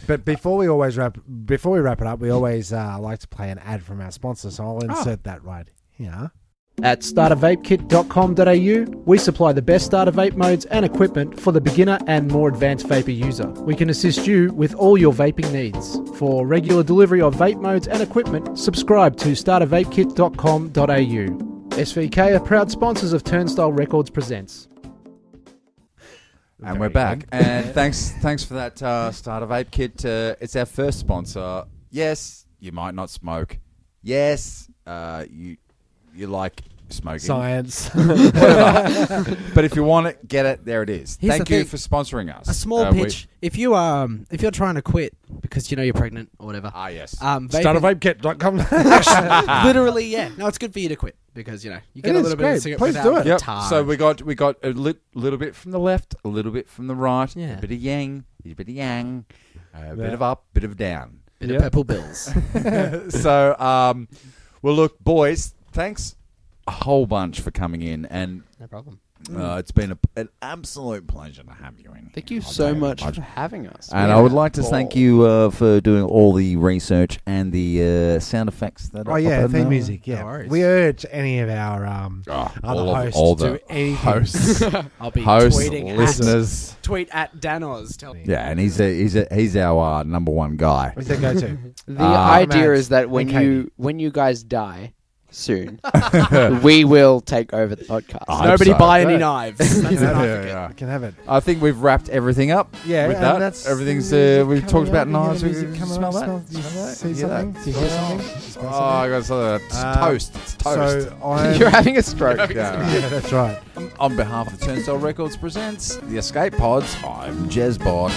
C: But before we always wrap before we wrap it up, we always uh, like to play an ad from our sponsor, so I'll
D: Ah.
C: insert that right here.
I: At startervapekit.com.au, we supply the best starter vape modes and equipment for the beginner and more advanced vapor user. We can assist you with all your vaping needs. For regular delivery of vape modes and equipment, subscribe to startervapekit.com.au. SVK are proud sponsors of Turnstile Records Presents.
B: And we're back. And thanks, thanks for that uh, starter vape kit. Uh, it's our first sponsor. Yes, you might not smoke. Yes, uh, you you like smoking.
C: Science.
B: Whatever. but if you want it, get it. There it is.
E: Here's
B: Thank
E: the
B: you
E: thing.
B: for sponsoring us.
E: A small
B: Uh, we-
E: pitch. If you um, if you're trying to quit because you know you're pregnant or whatever,
B: ah, yes.
E: um, vaping-
C: Startervapekit.com.
E: literally, yeah. No, it's good for you to quit because you know you get a
C: is
E: little bit
C: great.
E: of cigarette
C: Please
E: without
C: do it.
E: the
B: Yep.
E: tar.
B: So we got we got a lit, little bit from the left, a little bit from the right,
E: Yeah.
B: a bit of yang, a bit of yang, a
C: Yeah.
B: bit of up, bit of down.
E: bit
C: Yep.
E: of purple bills.
B: so, um, well, look, boys, thanks a whole bunch for coming in, and
E: no problem.
C: Mm.
B: uh, it's been a, an absolute pleasure to have you in.
D: Thank you
B: here. I'll
D: so
B: tell
D: much
B: that
D: for having us.
B: And
D: We
B: I would
D: had
B: like to
D: a
B: thank
D: ball.
B: you uh, for doing all the research and the uh, sound effects that.
C: Oh
B: I
C: yeah,
B: put in
C: theme
B: there.
C: music. Yeah,
E: No worries.
C: we urge any of our um, other
B: Ah, all of-
C: hosts
B: all
C: to
B: the
C: do anything.
B: hosts,
E: I'll be
B: hosts,
E: tweeting at-
B: listeners.
E: tweet at Danos. Tell me.
B: Yeah, and he's a, he's a, he's our uh, number one guy.
C: Who's their go-to?
D: The
B: Ah.
D: idea
C: Mads
D: is that when
C: and Katie.
D: you when you guys die soon, we will take over the podcast.
B: I hope
E: Nobody
B: so.
E: buy any
C: Yeah.
E: knives. That's
C: Yeah,
E: an
B: yeah,
E: advocate.
B: yeah.
C: I can have it.
B: I think we've wrapped everything up.
C: Yeah,
B: with
C: and
B: that,
C: that's
B: everything's
C: the
B: uh, we've
C: music
B: talked about
C: coming out,
B: knives.
C: the
B: We
C: music
B: can
C: coming
B: smell
C: out,
B: that.
C: smell-
B: Smell that?
C: see
B: Hear
C: something?
B: that?
C: Do you hear something? Do you smell
B: Oh, I
C: something?
B: got something. It's
C: Um,
B: toast. It's toast.
C: So I'm,
D: You're having a stroke.
B: Yeah.
C: yeah, that's right.
B: On behalf of Turnstile Records presents the Escape Pods, I'm Jez Bod.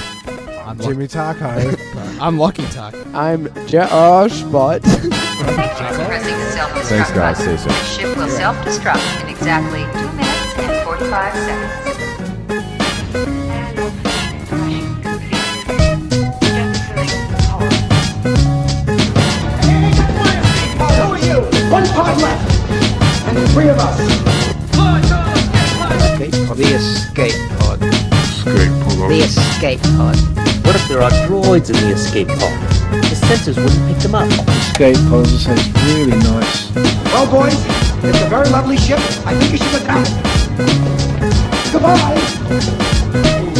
E: I'm, lock-
C: Jimmy Taco.
E: I'm Lucky Tuck.
D: I'm Josh Bot.
K: Thank you for pressing the self-destruct
B: Thanks, guys.
K: button.
B: See you soon.
K: The ship will self-destruct in exactly 2 minutes and 45 seconds. And open and crushing completed. Gently hold.
G: The escape pod. The escape pod. What if there are droids in the escape pod? The sensors wouldn't pick them up.
L: escape puzzles is really nice.
G: Well, boys, it's a very lovely ship. I think you should go down. Goodbye.